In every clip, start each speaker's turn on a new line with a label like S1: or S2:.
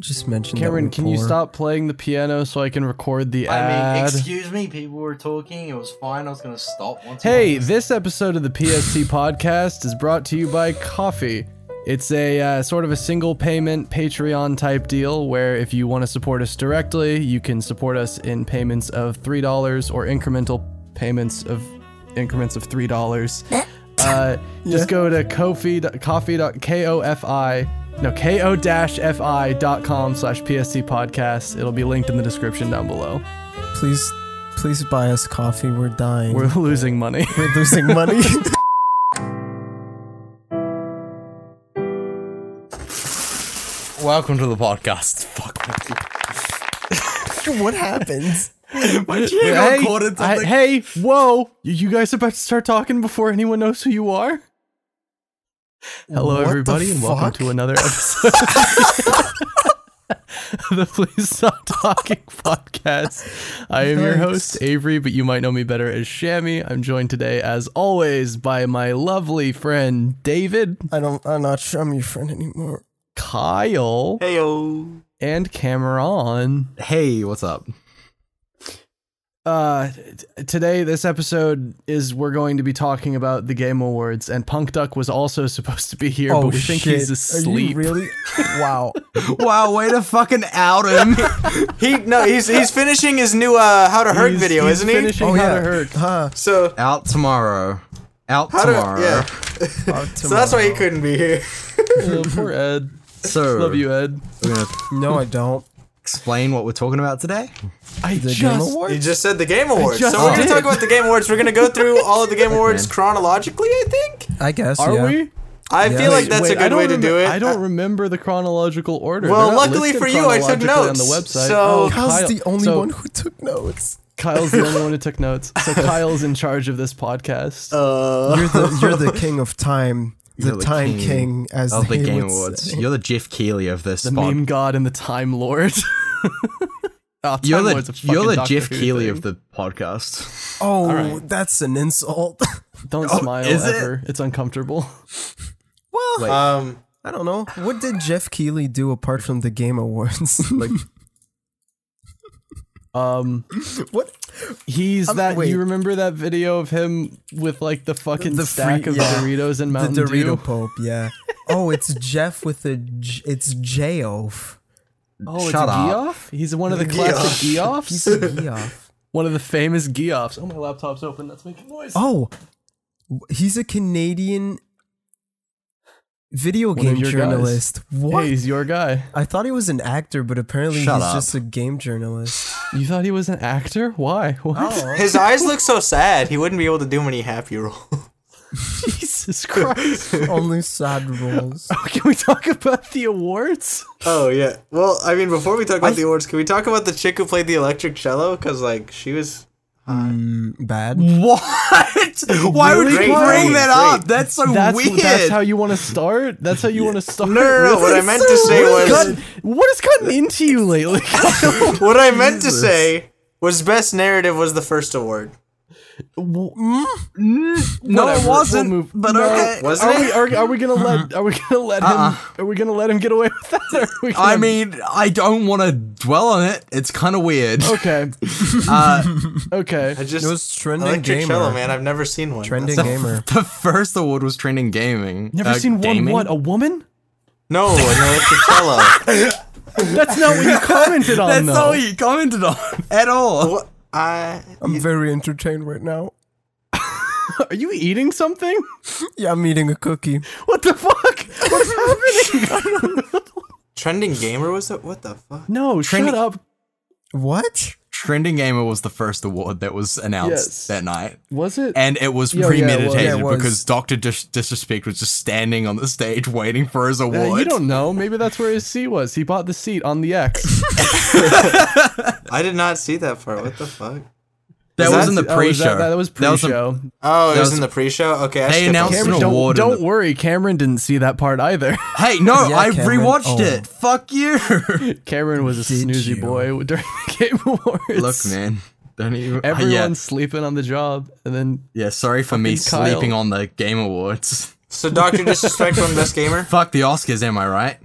S1: Just mention
S2: Cameron,
S1: that
S2: can you
S1: poor.
S2: stop playing the piano so I can record the
S3: I
S2: ad?
S3: mean, excuse me, people were talking. It was fine. I was going to stop once.
S2: Hey,
S3: this.
S2: this episode of the PSC podcast is brought to you by Coffee. It's a uh, sort of a single payment Patreon type deal where if you want to support us directly, you can support us in payments of $3 or incremental payments of increments of $3. Uh, Just go to Kofi, dot- coffee, dot- K-O-F-I, no, K-O-F-I dot com slash PSC podcast. It'll be linked in the description down below.
S1: Please, please buy us coffee. We're dying.
S2: We're losing money.
S1: we're losing money.
S3: Welcome to the podcast. Fuck.
S1: what happens?
S3: My chair
S2: hey, I- hey, whoa! You, you guys are about to start talking before anyone knows who you are? Hello,
S1: What the
S2: everybody, and welcome
S1: fuck?
S2: to another episode of the Please Stop Talking podcast. I am your host, Avery, but you might know me better as Shammy. I'm joined today, as always, by my lovely friend, David,
S1: I don't. I'm not sure I'm your friend anymore.
S2: Kyle,
S3: Heyo.
S2: and Cameron.
S3: Hey, what's up?
S2: Uh, t- today this episode is we're going to be talking about the Game Awards, and Punk Duck was also supposed to be here,
S4: Oh,
S2: but we think he's
S1: Oh, Are you
S2: asleep.
S1: really? Wow.
S4: Wow, way to fucking out him.
S5: He no, he's he's finishing his new uh how to hurt
S2: He's-
S5: video,
S2: he's
S5: isn't he?
S2: Finishing
S1: Oh,
S2: How
S1: yeah.
S2: to Hurt.
S1: Huh.
S5: So
S4: out tomorrow. Out
S5: how to
S4: tomorrow.
S5: yeah. So that's why he couldn't be here.
S2: Uh, poor Ed.
S4: So
S2: Love you, Ed.
S4: We're gonna
S1: No, I don't.
S4: explain what we're talking about today.
S2: I
S1: The Game
S2: just
S5: He
S1: Awards.
S5: just said the Game Awards.
S2: just
S5: So we're gonna
S2: did.
S5: talk about the Game Awards. We're gonna go through all of the Game Awards chronologically, I think.
S1: I guess.
S2: are
S1: yeah.
S2: we?
S5: I
S1: Yeah.
S5: feel like
S1: Wait,
S5: that's
S2: Wait,
S5: a
S2: I
S5: good
S2: don't
S5: way to
S2: remem-
S5: do it.
S2: I don't remember the chronological order.
S5: Well,
S2: They're not
S5: luckily
S2: listed
S5: for you, I took
S2: chronologically on the
S5: notes.
S2: website.
S5: So-
S2: Oh,
S1: Kyle's
S2: Kyle-
S1: the only
S2: so
S1: one who took notes.
S2: Kyle's the only one who took notes. So Kyle's in charge of this podcast. Uh,
S1: You're the you're the king of time. The
S4: You're
S1: time king, as
S4: of the
S1: they
S4: Game
S1: would
S4: Awards.
S1: say.
S4: You're the Jeff Keighley of this
S2: the
S4: pod-
S2: meme god and the Time Lord. Oh, Time
S4: You're
S2: Lord's a
S4: the you're
S2: fucking
S4: the
S2: Doctor
S4: Jeff
S2: Who
S4: Keighley
S2: thing.
S4: of the podcast.
S1: Oh,
S2: right.
S1: that's an insult.
S2: Don't smile
S4: is it?
S2: ever. It's uncomfortable.
S1: well,
S4: Wait.
S5: um
S1: I don't know. What did Jeff Keighley do apart from the Game Awards? like,
S2: Um,
S1: what?
S2: he's
S1: Um,
S2: that.
S1: wait.
S2: You remember that video of him with like the fucking
S1: The
S2: stack
S1: free-
S2: of
S1: yeah.
S2: Doritos and Mountain
S1: the Dorito
S2: Dew?
S1: Pope, yeah. Oh, it's Jeff with a. J- it's J-off.
S2: Oh,
S4: Shut
S2: it's
S4: up.
S2: Geoff. He's one of the classic
S1: He's
S2: Geoffs.
S1: a Geoff.
S2: one of the famous Geoffs. Oh, my laptop's open. That's making noise.
S1: Oh, w- he's a Canadian video
S2: of
S1: game
S2: your guys.
S1: journalist. What?
S2: Hey, he's your guy.
S1: I thought he was an actor, but apparently
S4: Shut
S1: he's
S4: up.
S1: just a game journalist.
S2: You thought he was an actor? Why? What?
S5: his eyes look so sad. He wouldn't be able to do many happy rolls.
S2: Jesus Christ!
S1: Only sad roles.
S2: Can we talk about the awards?
S5: oh yeah. Well, I mean, before we talk about the awards, can we talk about the chick who played the electric cello? Because like she was
S1: Mm, bad.
S4: What? Why would you
S5: Great,
S4: bring
S5: great,
S4: that
S5: great.
S4: up? That's so
S2: That's
S4: weird.
S2: that's how you want to start. That's how you want to start.
S5: no, no, no. What I meant to say
S2: What
S5: was
S2: has gotten- what has gotten into you lately?
S5: what I meant to say was best narrative was the first award.
S4: no, it
S2: Whatever,
S4: wasn't.
S2: we'll move-
S4: But
S2: No,
S4: okay.
S5: Wasn't
S2: Are
S5: it?
S2: we are, are we gonna let are we gonna let
S4: Uh-uh.
S2: him are we gonna let him get away with that? Or are we gonna,
S4: I mean, I don't want to dwell on it. It's kind of weird.
S2: okay,
S4: Uh,
S2: okay.
S5: I just
S1: It was trending
S5: electric
S1: gamer.
S5: cello, man. I've never seen one.
S1: Trending
S5: That's-
S1: gamer.
S4: the first award was trending gaming.
S2: Never
S4: Uh,
S2: seen one
S4: gaming?
S2: what a woman.
S5: No, an electric cello.
S2: That's not what you commented on.
S4: That's
S2: though.
S4: all you commented on at all.
S5: What? I
S1: I'm very entertained right now.
S2: Are you eating something?
S1: Yeah, I'm eating a cookie.
S2: What the fuck? What's happening?
S5: trending gamer was it? What the fuck?
S2: No, shut
S4: Training-
S2: up.
S1: What?
S4: Trending Gamer was the first award that was announced
S2: Yes.
S4: that night.
S2: Was it?
S4: And it was
S2: Yeah, yeah, it was.
S4: premeditated
S1: Yeah, it was.
S4: because Dr. Dis- Disrespect was just standing on the stage waiting for his
S2: Uh,
S4: award.
S2: you don't know. Maybe that's where his seat was. He bought the seat on the X.
S5: I did not see that part. What the fuck?
S4: that was in the
S2: Oh,
S4: pre show.
S2: that, that was pre-show.
S5: Oh, it was,
S4: was-
S5: in the pre-show. Okay, I
S4: They
S5: skipped
S4: announced-
S5: it.
S4: an
S2: Cameron, don't,
S4: award in
S2: don't
S4: the-
S2: worry. Cameron didn't see that part either.
S4: hey, no,
S1: Yeah,
S4: I
S1: Cameron.
S4: rewatched
S1: Oh.
S4: it. Fuck you.
S2: Cameron was a
S1: Did
S2: snoozy
S1: you?
S2: boy during the Game Awards.
S4: Look, man. Don't even. uh,
S2: Everyone's
S4: yeah,
S2: sleeping on the job, and then
S4: yeah, sorry for me
S2: fucking Kyle.
S4: sleeping on the Game Awards.
S5: So Doctor Disrespect won Best Gamer.
S4: Fuck the Oscars, am I right?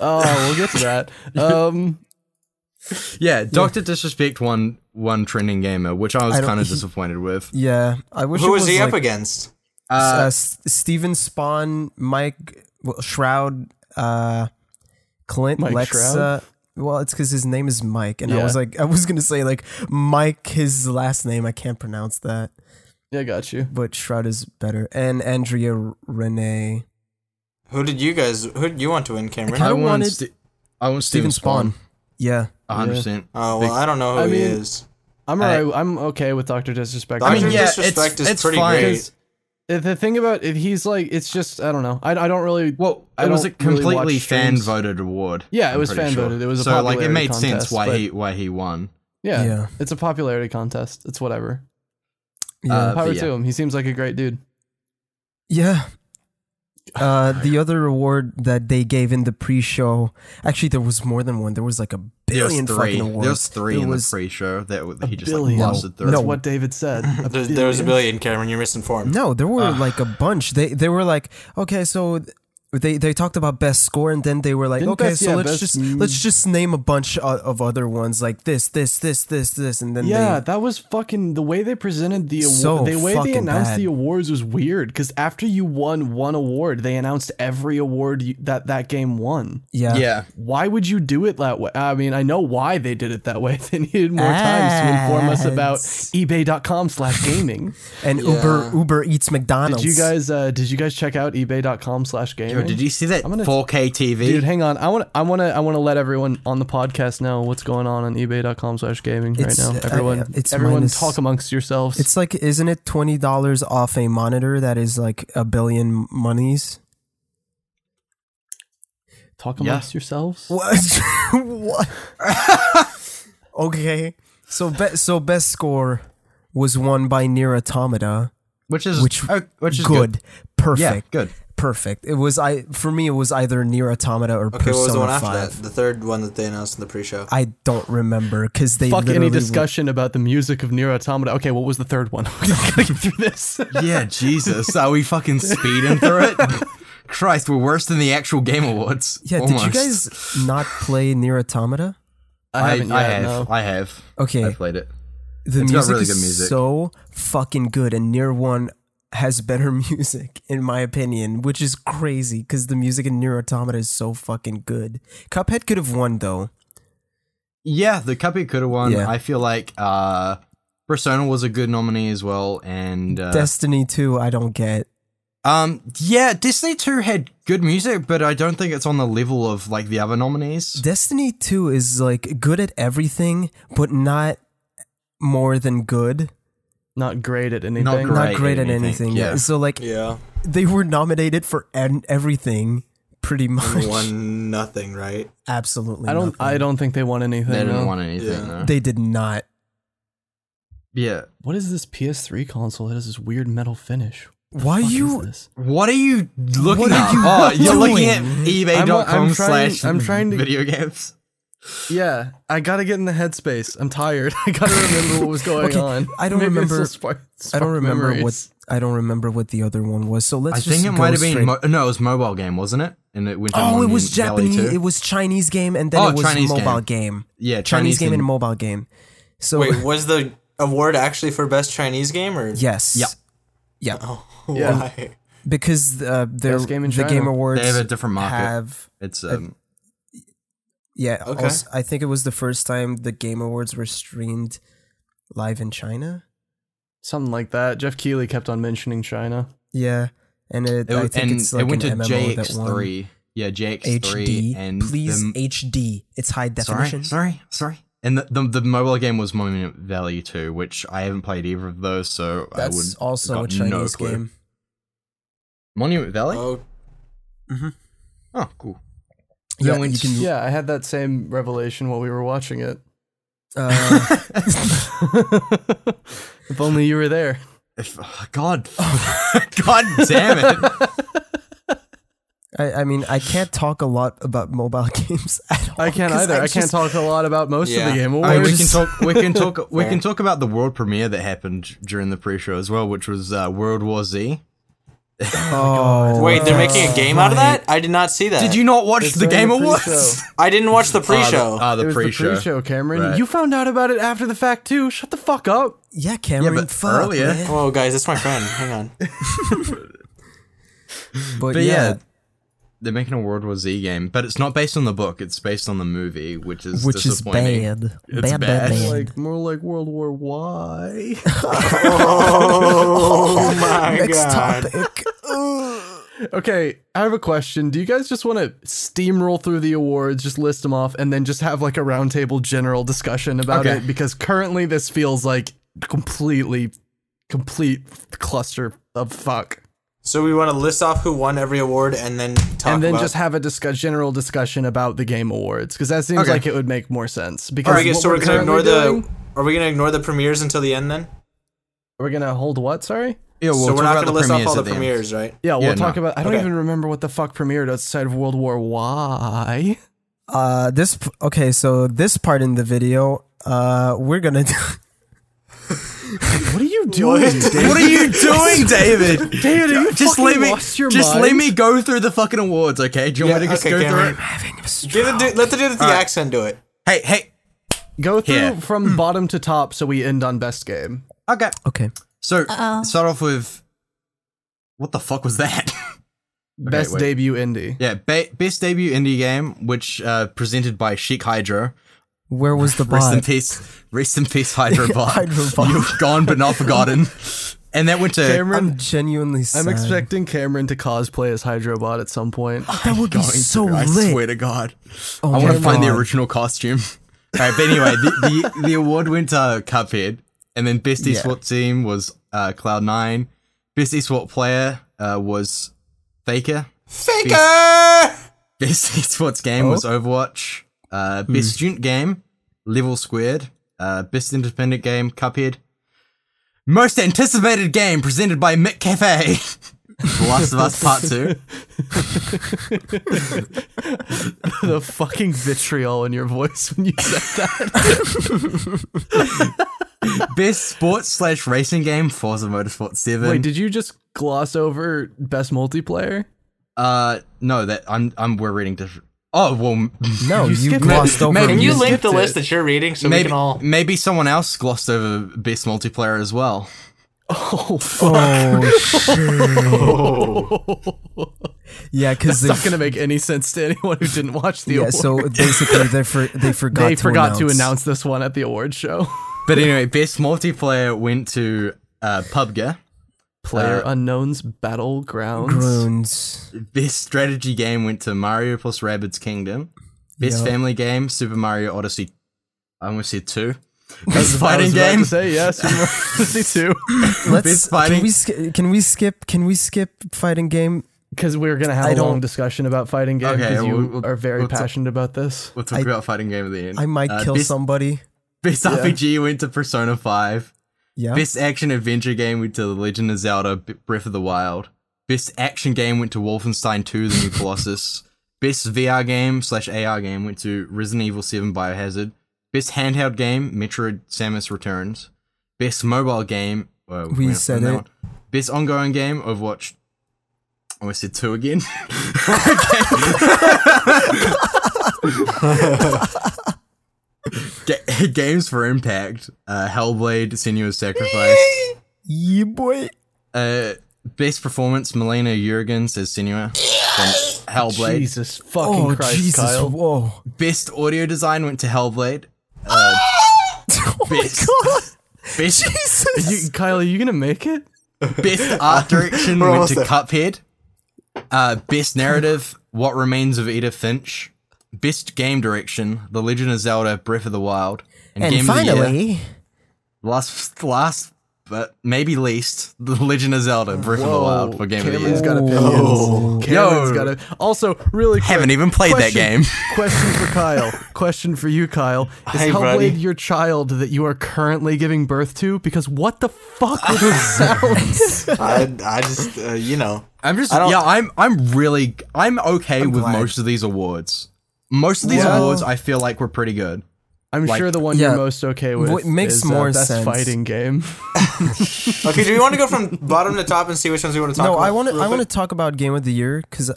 S2: Oh, we'll get to that. Um,
S4: Yeah, Doctor Disrespect won one trending gamer, which I was
S1: I don't-
S4: kind of
S1: he-
S4: disappointed with.
S1: Yeah, I wish.
S5: Who
S1: it
S5: was he
S1: like,
S5: up against?
S1: Uh,
S4: Uh,
S1: S- Steven Spawn, Mike well, Shroud, uh, Clint,
S2: Mike
S1: Lexa.
S2: Shroud?
S1: Well, it's because his name is Mike, and I
S2: Yeah.
S1: was like, I was gonna say like Mike, his last name I can't pronounce that,
S2: yeah, got you.
S1: but Shroud is better. And Andrea Renee.
S5: Who did you guys? Who did you want to win, Cameron?
S1: kinda
S4: I, want
S1: wanted-
S4: Ste- I want Steven Spawn.
S1: Yeah,
S4: A hundred percent.
S5: Oh well, I don't know who
S2: I
S5: he
S2: mean-
S5: is.
S2: I'm
S4: I-
S2: alright. I'm okay with Doctor Disrespect.
S5: I mean,
S2: Dr.
S5: yeah, Disrespect is pretty great.
S4: It's-
S2: The- The thing about it, he's like, it's just, I don't know. I, I don't really.
S4: Well,
S2: I
S4: it was a
S2: don't really watch
S4: completely fan
S2: streams.
S4: voted award.
S2: Yeah, it
S4: I'm
S2: was fan
S4: pretty
S2: voted. It was a
S4: so like it
S2: popularity
S4: made sense
S2: contest,
S4: why
S2: but-
S4: he why he won.
S2: Yeah,
S1: Yeah.
S2: It's a popularity contest. It's whatever.
S1: yeah,
S4: Uh,
S2: Power
S4: but yeah.
S2: to him. He seems like a great dude.
S1: yeah. Uh, the other award that they gave in the pre-show, actually, there was more than one. There was like a
S4: There was
S1: billion
S4: three.
S1: fucking awards.
S4: There was three
S1: There
S4: in
S1: was-
S4: the pre-show that w- he just
S2: billion.
S4: like blasted through.
S2: That's
S1: No.
S2: what David said. A
S5: There, there was a
S2: billion.
S5: billion, Cameron. You're misinformed.
S1: No, there were like a bunch. They they were like, okay, so th- they they talked about best score, and then they were like,
S2: Didn't
S1: okay,
S2: best-
S1: so
S2: yeah,
S1: let's
S2: best
S1: just
S2: m-
S1: let's just name a bunch o- of other ones like this, this, this, this, this, and then
S2: Yeah,
S1: they,
S2: that was fucking the way they presented the award.
S1: So
S2: the way they
S1: fucking
S2: announced
S1: bad.
S2: the awards was weird because after you won one award, they announced every award you, that that game won.
S1: yeah,
S4: yeah,
S2: Why would you do it that way? I mean, I know why they did it that way. They needed more times to inform us about
S1: Ads.
S2: eBay.com slash gaming.
S1: and Uber Uber eats McDonald's.
S2: did you guys uh, did you guys check out eBay.com slash gaming?
S4: Yo, did you see that
S2: gonna-
S4: 4K TV?
S2: Dude, hang on. I want I want to I want to let everyone on the podcast know what's going on on ebay.com/gaming right
S1: It's,
S2: now.
S1: uh,
S2: Everyone,
S1: uh, it's
S2: everyone,
S1: minus-
S2: talk amongst yourselves.
S1: It's like, isn't it twenty dollars off a monitor that is like a billion monies?
S2: talk
S4: Yeah.
S2: amongst yourselves.
S1: What? what? okay, so be- so best score was won by Near Automata,
S4: which is
S1: which
S4: oh, which is
S1: good,
S4: good.
S1: perfect.
S4: Yeah, good.
S1: perfect. It was I for me it was either Near Automata or
S5: Okay, what was the
S1: Persona
S5: one after
S1: Five.
S5: that? The third one that they announced in the pre-show.
S1: I don't remember because they
S2: Fuck
S1: literally
S2: any discussion about the music of Nier Automata. Okay, what was the third one? We gotta get through this.
S4: Yeah, Jesus, are we fucking speeding through it? Christ, we're worse than the actual Game Awards.
S1: Yeah,
S4: almost.
S1: did you guys not play Near Automata?
S4: I,
S2: haven't
S4: I
S2: yet,
S4: have.
S2: no.
S4: I have.
S1: Okay.
S4: I played it.
S1: The
S4: It's got
S1: music
S4: really
S1: is
S4: good music.
S1: so fucking good, and Near One has better music in my opinion, which is crazy because the music in Near Automata is so fucking good. Cuphead could have won though.
S4: Yeah, the Cuphead could have won.
S1: Yeah.
S4: I feel like uh Persona was a good nominee as well, and uh,
S1: Destiny Two, I don't get.
S4: um yeah, Destiny Two had good music, but I don't think it's on the level of like the other nominees.
S1: Destiny 2 is like good at everything, but not more than good.
S2: Not great at anything.
S1: Not
S4: Right,
S1: great at
S4: anything,
S1: anything.
S4: yeah.
S1: So like
S5: yeah,
S1: they were nominated for an- everything pretty much.
S5: one nothing, right?
S1: Absolutely.
S2: I don't.
S1: nothing.
S2: I don't think they won anything.
S4: They
S2: no.
S4: didn't want anything.
S5: Yeah.
S4: though.
S1: They did not.
S4: yeah.
S2: What is this PS3 console? It has this weird metal finish. What the
S1: Why
S2: fuck is
S1: you-
S2: this?
S4: What are you looking
S1: What are
S4: at?
S1: you
S4: oh, you're looking at
S1: doing?
S2: I'm- I'm
S4: ebay.com
S2: trying-
S4: slash
S2: I'm trying to-
S4: video games.
S2: Yeah, I gotta get in the headspace. I'm tired. I gotta remember what was going
S1: Okay,
S2: on.
S1: I don't
S2: Maybe this will
S1: remember-
S2: spark-
S1: I don't
S2: spark
S1: remember
S2: memories.
S1: what I don't remember what the other one was. So let's
S4: I
S1: just
S4: think it
S1: go
S4: might have been
S1: straight-
S4: mo- no, it was mobile game, wasn't it? And it went to
S1: Oh, it
S4: Monument
S1: was
S4: Valley
S1: Japanese.
S4: too.
S1: It was Chinese game and then
S4: Oh,
S1: it was
S4: Chinese
S1: mobile game.
S4: yeah,
S1: Chinese, game
S4: and-
S1: and mobile game. So
S5: Wait, was the award actually for best Chinese game or? Oh,
S1: yes.
S4: Yeah.
S1: Yeah.
S2: Yeah.
S5: Why?
S1: Because uh, their,
S2: Best game in
S1: the
S2: China.
S1: Game Awards
S4: They have a different market.
S1: have
S4: it's um,
S1: Yeah.
S5: Okay.
S1: als- I think it was the first time the Game Awards were streamed live in China.
S2: Something like that. Jeff Keighley kept on mentioning China.
S1: Yeah. And it,
S4: it,
S1: I
S4: w-
S1: think
S4: and
S1: it's like
S4: it went to
S1: an MMO that won.
S4: JX3. Yeah, JX3
S1: HD.
S4: and
S1: Please
S4: the,
S1: HD. It's high definition.
S4: sorry, sorry, sorry. And the, the the mobile game was Monument Valley too, which I haven't played either of those, so I would
S1: That's also a
S4: got no
S1: Chinese
S4: clue.
S1: game.
S4: Monument Valley. Oh,
S5: Oh,
S4: cool.
S1: Yeah,
S4: Then went
S1: you can-
S2: Yeah, I had that same revelation while we were watching it.
S1: Uh,
S2: if only you were there.
S4: If, oh, God, God damn it!
S1: I, I mean, I can't talk a lot about mobile games at all.
S2: I can't
S1: 'cause
S2: either.
S1: I'm
S2: I can't
S1: just-
S2: talk a lot about most of
S5: Yeah.
S2: the game
S4: I mean,
S2: awards.
S4: we can talk. We can talk. We
S5: Fair.
S4: can talk about the world premiere that happened during the pre-show as well, which was uh, World War Z.
S1: Oh,
S5: Wait, they're
S1: that's
S5: making a game out of that?
S1: right.
S5: I did not see that.
S4: Did you not watch
S2: It's
S4: the
S2: during the
S4: Game Awards?
S2: pre-show.
S5: I didn't watch the
S4: Ah, the-
S5: pre-show.
S4: Ah, the,
S2: it was
S4: pre-show.
S2: the pre-show, Cameron.
S4: Right.
S2: You found out about it after the fact too. Shut the fuck up.
S1: Yeah, Cameron.
S4: but
S1: fuck,
S4: earlier-
S1: man.
S5: Whoa, guys, that's my friend. Hang on.
S1: But,
S4: But
S1: yeah,
S4: yeah. they're making a World War Z game, but it's not based on the book. It's based on the movie, which is
S1: which is
S4: disappointing.
S1: bad.
S4: It's
S1: bad, bad,
S4: bad.
S1: bad.
S2: Like more like World War Y.
S5: Oh my
S1: Next
S5: god.
S1: topic.
S2: okay, I have a question. Do you guys just want to steamroll through the awards, just list them off, and then just have like a roundtable general discussion about
S4: Okay.
S2: it? Because currently this feels like completely, complete cluster of fuck.
S5: So we want to list off who won every award and then talk
S2: and then
S5: about.
S2: just have a discuss general discussion about the game awards because that seems
S4: Okay.
S2: like it would make more sense. Because
S5: are we gonna,
S2: what
S5: so we're gonna
S2: currently
S5: ignore the.
S2: doing-
S5: Are we gonna ignore the premieres until the end then?
S2: We're gonna hold what? Sorry.
S4: Yeah, we'll
S5: so we're
S4: talk
S5: not
S4: about
S5: gonna list off
S4: premieres
S5: all the
S4: at end.
S5: premieres, right?
S2: Yeah, we'll
S4: Yeah,
S2: talk
S4: no.
S2: about. I don't
S5: Okay.
S2: even remember what the fuck premiered outside of World War Y.
S1: Uh, this p- okay. So this part in the video, uh, we're gonna.
S2: What are you doing? Dave?
S4: What are you doing, David?
S2: David, are you
S4: just
S2: fucking
S4: let me
S2: lost your
S4: just
S2: mind?
S4: let me go through the fucking awards, okay? Do you want
S5: Yeah,
S4: me to just
S5: okay,
S4: go
S5: Cameron.
S4: through it?
S5: Give the dude, let the dude with the
S4: Alright.
S5: accent do it.
S4: Hey, hey.
S2: Go through
S4: Yeah.
S2: from bottom to top so we end on best game.
S4: Okay.
S1: okay.
S4: So start off with what the fuck was that?
S2: best
S4: wait.
S2: debut indie.
S4: yeah, ba- best debut indie game, which uh, presented by Chic Hydro.
S1: Where was the
S4: Rest in
S1: bot?
S4: peace, rest in peace, Hydro Bot.
S1: Hydrobot.
S4: You've gone but not forgotten. And that went to
S2: Cameron,
S1: I'm genuinely. Sad.
S2: I'm expecting Cameron to cosplay as Hydrobot at some point.
S1: that would be
S4: going to,
S1: so
S4: I
S1: lit.
S4: swear to God.
S1: Oh
S4: I want to
S1: my
S4: find the
S1: God.
S4: original costume. All right, but anyway, the, the, the award went to Cuphead, and then best
S1: Yeah.
S4: eSport team was uh, Cloud9. Best eSport player uh, was Faker.
S5: Faker.
S4: Best eSports game was Overwatch. Uh, best student game, Level Squared. Uh, best independent game, Cuphead. Most anticipated game presented by Mick Cafe. the Last of Us Part 2.
S2: the fucking vitriol in your voice when you said that.
S4: Best sports slash racing game, Forza Motorsport 7.
S2: Wait, did you just gloss over best multiplayer?
S4: Uh, no, that I'm I'm we're reading different. Oh well, m-
S1: No,
S2: You
S1: you,
S2: skipped
S1: glossed
S2: it.
S1: over.
S4: Maybe
S5: Can
S1: me.
S5: you
S2: You
S5: link
S2: skipped
S5: the
S2: it.
S5: list that you're reading so we
S4: maybe
S5: can all?
S4: maybe someone else glossed over best multiplayer as well.
S2: Oh fuck.
S1: Oh shit! yeah, because
S2: It's not gonna make any sense to anyone who didn't watch the
S1: yeah.
S2: award.
S1: So basically, they for, they forgot.
S2: they
S1: to
S2: forgot
S1: announce.
S2: to announce this one at the award show.
S4: But anyway, best multiplayer went to uh PUBG.
S2: Player
S1: Uh,
S2: Unknown's Battlegrounds.
S1: Groans.
S4: Best strategy game went to Mario plus Rabbids Kingdom. Best
S1: Yep.
S4: family game Super Mario Odyssey. I almost said two.
S2: That's
S4: Best
S2: what I was
S4: fighting
S2: about
S4: game.
S2: To say yes, too,
S1: Let's. uh, Can
S4: fighting-
S1: we, sk- can we skip? Can we skip fighting game?
S2: because we were gonna have
S1: I
S2: a long
S1: don't-
S2: discussion about fighting game
S4: Okay,
S2: because you
S4: we'll- we'll-
S2: are very
S4: we'll t-
S2: passionate about this.
S4: We'll talk
S1: I-
S4: about fighting game at the end.
S1: I might
S4: Uh,
S1: kill
S4: best,
S1: somebody.
S4: Best RPG went to Persona Five.
S1: Yeah.
S4: Best action adventure game went to The Legend of Zelda: B- Breath of the Wild. Best action game went to Wolfenstein 2: The New Colossus. Best VR game slash AR game went to Resident Evil 7: Biohazard. Best handheld game, Metroid: Samus Returns. Best mobile game, uh,
S1: We
S4: went-
S1: said
S4: went that
S1: it.
S4: one. Best ongoing game, Overwatch. I almost said two again. Okay. Ga- Games for Impact, uh, Hellblade, Senua's Sacrifice.
S1: yeah, boy.
S4: Uh, best performance, Melina Jurgens as Senua from Hellblade.
S2: Jesus fucking
S1: Oh
S2: Christ,
S1: Jesus!
S2: Kyle!
S1: Whoa.
S4: Best audio design went to Hellblade. Uh,
S1: Oh
S4: Best-
S1: my god.
S4: best,
S1: Jesus.
S2: You, Kyle, are you gonna make it?
S4: best art direction
S5: We're
S4: went
S5: almost
S4: to
S5: there.
S4: Cuphead. Uh, best narrative, What Remains of Edith Finch. Best game direction, The Legend of Zelda: Breath of the Wild.
S1: and
S4: game of the year,
S1: finally,
S4: last, last, but maybe least, The Legend of Zelda: Breath of the Wild for game of the
S2: Cameron's
S4: year.
S2: got opinions. Cameron's got a. Also, really quick,
S4: Haven't even played that
S2: question-
S4: game.
S2: question for Kyle. Question for you, Kyle. Is
S5: Hey,
S2: Hellblade
S5: buddy.
S2: your child that you are currently giving birth to? Because what the fuck was the sounds?
S5: I, I just uh, you know.
S4: I'm just
S5: don't-
S4: yeah, I'm I'm really I'm okay with
S1: glad.
S4: most of these awards. Most of these
S2: Yeah.
S4: awards I feel like were pretty good.
S2: I'm
S4: Like-
S2: sure the one
S1: Yeah.
S2: you're most okay with
S1: What makes
S2: is,
S1: more
S2: uh, best
S1: sense.
S2: fighting game.
S5: Okay, do we want to go from bottom to top and see which ones we want to talk
S1: No,
S5: about?
S1: I want to.
S5: real
S1: I want to
S5: quick?
S1: talk about game of the year because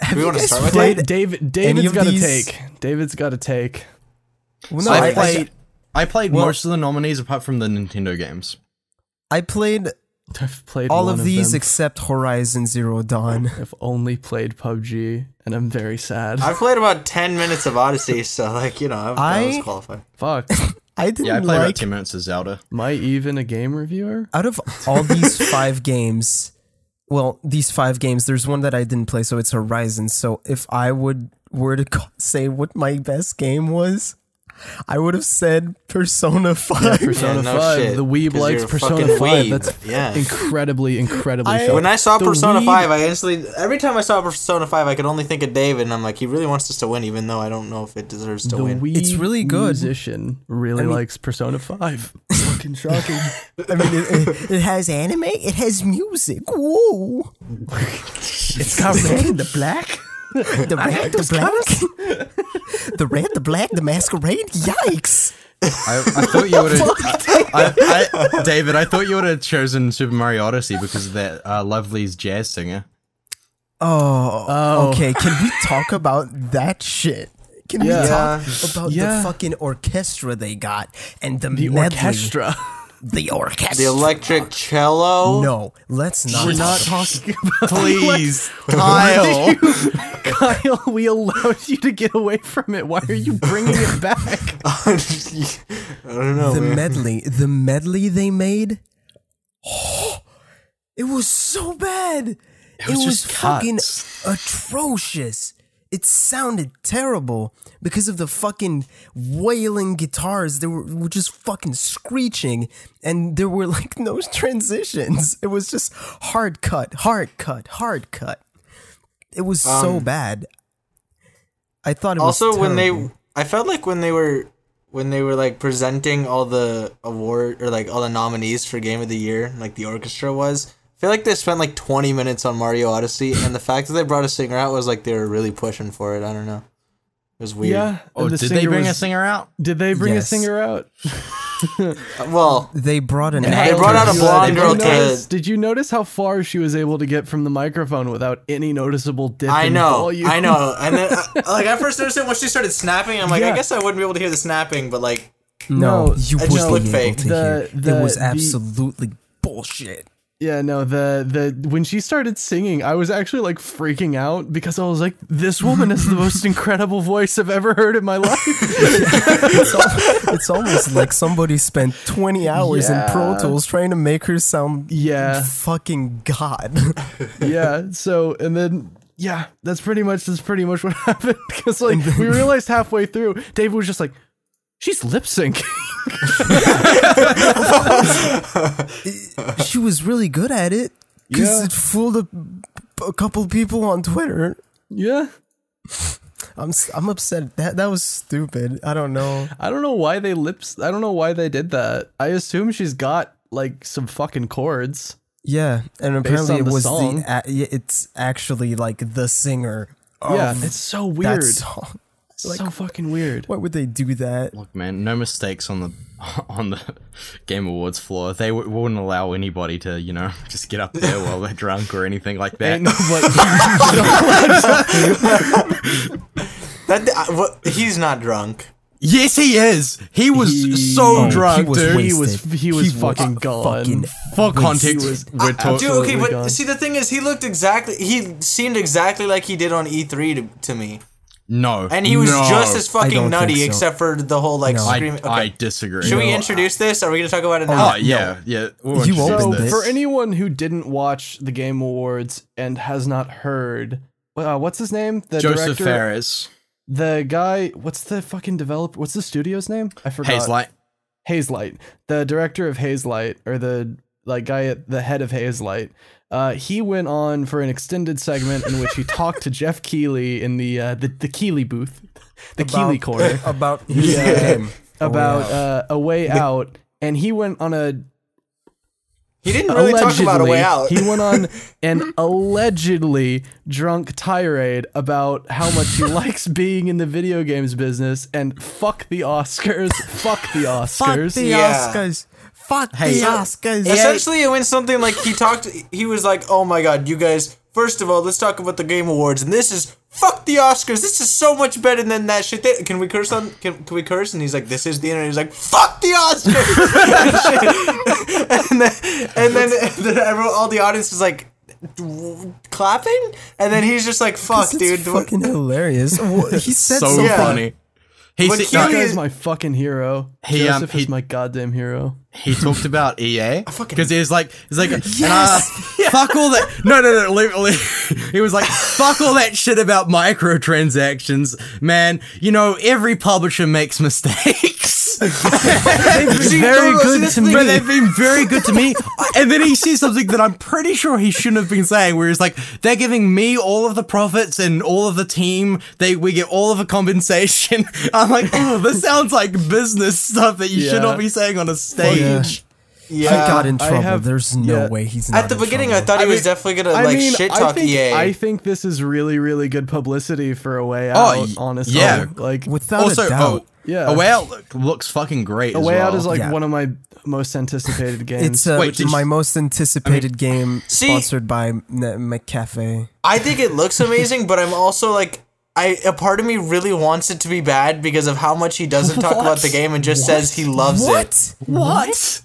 S1: have
S5: We
S1: you
S5: wanna
S1: guys
S5: start with
S1: played?
S2: Dave, David,
S1: any
S2: David's
S1: of
S2: got to
S1: these-
S2: take. David's got to take.
S1: Well, no,
S4: I,
S1: I, I,
S4: played. I played
S1: Well-
S4: most of the nominees apart from the Nintendo games.
S1: I played
S2: I've played
S1: all
S2: one
S1: of these
S2: them.
S1: except Horizon Zero Dawn.
S2: I've only played PUBG, and I'm very sad.
S5: I've played about ten minutes of Odyssey, so like you know, I'm, I
S1: I-
S5: was qualified.
S2: Fuck.
S1: I didn't
S4: Yeah, I played about
S1: like.
S4: ten minutes of Zelda.
S2: Am I even a game reviewer?
S1: Out of all these five games, well, these five games, there's one that I didn't play, so it's Horizon. So if I would were to co- say what my best game was, I would have said Persona Five.
S2: Persona
S5: no
S2: 5.
S5: shit,
S2: The weeb
S5: 'cause
S2: likes
S5: you're a
S2: Persona 5.
S5: fucking weeb.
S2: That's
S5: Yeah.
S2: incredibly, incredibly
S1: I-
S2: shallow.
S5: When I saw
S2: The
S5: Persona
S2: weeb-
S5: 5, I instantly every time I saw Persona 5, I could only think of David, and I'm like, he really wants us to win, even though I don't know if it deserves to
S2: the
S5: win.
S2: weeb
S1: It's really good.
S2: musician really likes Persona 5. Fucking shocking.
S1: I mean, it, it, it has anime. It has music. Whoa!
S2: it's got red and the black.
S1: The red, the black, the red, the black, the masquerade. Yikes!
S4: I, I thought you would have, I, I, David. I thought you would have chosen Super Mario Odyssey because of that uh, lovely's jazz singer.
S1: Oh,
S2: Oh.
S1: okay. Can we talk about that shit? Can
S2: Yeah.
S1: we talk about
S2: Yeah.
S1: the fucking orchestra they got and the,
S2: The
S1: medley,
S2: orchestra.
S1: The orchestra.
S5: The electric cello.
S1: no, let's not.
S2: We're not talking about
S4: Please,
S2: Why
S4: Kyle.
S2: did you- Kyle, we allowed you to get away from it. Why are you bringing it back?
S5: I don't know.
S1: the
S5: Oh, man.
S1: medley. The medley they made. it was so bad. It was,
S4: just
S1: fucking
S4: cuts.
S1: atrocious. It sounded terrible because of the fucking wailing guitars. They were, were just fucking screeching, and there were like no transitions. It was just hard cut, hard cut, hard cut. It was so bad. I thought it was
S5: Um, also when
S1: terrible.
S5: they i felt like when they were when they were like presenting all the award or like all the nominees for game of the year like the orchestra was i feel like they spent like 20 minutes on mario odyssey and the fact that they brought a singer out was like they were really pushing for it i don't know it was weird
S2: Yeah.
S4: Oh,
S2: and the
S4: did they bring
S2: was-
S4: a singer out?
S2: Did they bring
S1: Yes.
S2: a singer out?
S5: Uh, well
S1: they brought an
S5: they brought out a
S1: actress.
S5: blonde
S2: Did
S5: girl
S2: you
S5: to
S2: notice, did you notice how far she was able to get from the microphone without any noticeable dip?
S5: I
S2: in
S5: know,
S2: volume?
S5: I know, and then I, like I first noticed it when she started snapping. I'm like,
S2: Yeah.
S5: I guess I wouldn't be able to hear the snapping, but like,
S1: No,
S2: No,
S1: you
S5: it
S1: would
S5: just looked
S1: be able
S5: fake.
S1: to
S2: The-
S1: hear.
S2: the-
S1: it was
S2: the-
S1: absolutely bullshit.
S2: Yeah, no, the the when she started singing, I was actually like freaking out because I was like, this woman is the most incredible voice I've ever heard in my life.
S1: It's, al- it's almost like somebody spent 20 hours in Pro
S2: Yeah.
S1: Tools trying to make her sound
S2: yeah.
S1: fucking god.
S2: Yeah. So and then yeah, that's pretty much that's pretty much what happened. Because like we realized halfway through, David was just like, She's lip sync.
S1: she was really good at it because
S2: Yeah.
S1: it fooled a, a couple people on Twitter.
S2: yeah.
S1: I'm s- I'm upset. That that was stupid. I don't know.
S2: I don't know why they lips I don't know why they did that. I assume she's got like some fucking chords.
S1: Yeah, and apparently
S2: on
S1: it
S2: the
S1: was
S2: song.
S1: the a- yeah, it's actually like the singer.
S2: yeah,
S1: of
S2: it's so
S1: that
S2: weird.
S1: song.
S2: so fucking weird.
S1: Why would they do that?
S4: Look, man, no mistakes on the on the Game Awards floor. They w- wouldn't allow anybody to, you know, just get up there while they're drunk or anything like that.
S2: Ain't nobody-
S5: that. I, what, he's not drunk.
S4: yes, he is. He was so
S1: Oh,
S4: drunk,
S1: he was
S4: dude.
S2: He was-
S1: wasted.
S2: he was fucking gone.
S1: fucking
S4: For context,
S2: was
S4: we're
S5: Dude,
S4: talking.
S5: okay,
S2: Totally
S5: but
S2: gone.
S5: see, the thing is, he looked exactly, he seemed exactly like he did on E3 to, to me.
S4: No,
S5: And he was
S4: no.
S5: just as
S1: don't
S5: fucking nutty,
S1: think so.
S5: except for the whole, like,
S4: I,
S5: screaming. Okay.
S4: I disagree.
S5: Should we
S4: No,
S5: introduce this? Are we going to talk about it now?
S4: Oh yeah, yeah. We're
S1: You
S4: interested in
S1: opened
S2: so
S1: Open
S4: this.
S1: it.
S2: for anyone who didn't watch the Game Awards and has not heard uh, what's his name? The
S4: Joseph
S2: director,
S4: Ferris,
S2: the guy. What's the fucking developer? What's the studio's name? I forgot.
S4: Haze Light.
S2: Hazelight, the director of Hazelight, or the like guy at the head of Hazelight, uh, he went on for an extended segment in which he talked to Jeff Keeley in the uh, the, the Keeley booth, the Keeley corner,
S1: about yeah.
S2: about uh, a way out, and he went on a
S5: He didn't really talk about a way out.
S2: he went on an allegedly drunk tirade about how much he likes being in the video games business and fuck the Oscars, fuck the
S1: Fuck
S2: Oscars.
S1: the
S5: Yeah.
S1: Oscars. Fuck
S4: Hey,
S1: the
S4: so-
S1: Oscars.
S5: Essentially, it went something like he talked. He was like, "Oh my god, you guys! First of all, let's talk about the Game Awards, and this is fuck the Oscars. This is so much better than that shit. They, can we curse on? Can, can we curse?" And he's like, "This is the internet." He's like, "Fuck the Oscars!" and then, and then, and then everyone, all the audience is like w- clapping, and then he's just like, "Fuck,
S1: It's
S5: dude."
S1: fucking hilarious. Wha- He said
S4: so
S1: something.
S5: Yeah.
S4: funny. He,
S5: When
S4: said-
S5: Keanu
S4: no,
S2: This guy's my fucking hero.
S4: He, um,
S2: Joseph
S4: he-
S2: is my goddamn hero.
S4: he talked about E EA
S5: fucking-
S4: because he was like, he's like, "Nah, fuck all that. No, no, no, leave, leave. He was like, fuck all that shit about microtransactions, man. You know, every publisher makes mistakes.
S5: See,
S2: very
S5: no, no, see,
S2: good
S5: that's
S2: to
S5: the
S2: me.
S5: thing.
S4: But they've been very good to me. And then he says something that I'm pretty sure he shouldn't have been saying, where he's like, they're giving me all of the profits and all of the team. They we get all of the compensation. I'm like, oh, this sounds like business stuff that you
S2: Yeah.
S4: should not be saying on a stage.
S1: yeah.
S5: Yeah.
S1: I got in
S2: I
S1: trouble.
S2: have-
S1: There's no
S2: yeah.
S1: way he's not
S5: At the
S1: in
S5: beginning, I
S1: trouble.
S5: thought he
S2: I
S5: was
S2: mean-
S5: definitely gonna like shit
S2: I
S5: talk E
S2: think,
S5: EA.
S2: I think this is really, really good publicity for a way out.
S4: Oh, y-
S2: honestly,
S4: yeah.
S2: like
S1: without
S4: Also,
S1: a doubt,
S4: oh,
S2: Yeah.
S4: A Way Out look- looks fucking great.
S2: a
S4: as
S2: way out
S4: well.
S2: is like
S1: Yeah.
S2: one of my most anticipated games.
S1: it's uh,
S4: Wait, did
S1: my
S4: you-
S1: most anticipated game
S5: See-
S1: sponsored by M- McCafe.
S5: I think it looks amazing, but I'm also like, I a part of me really wants it to be bad because of how much he doesn't talk about the game and just says he loves it.
S1: What?
S4: what?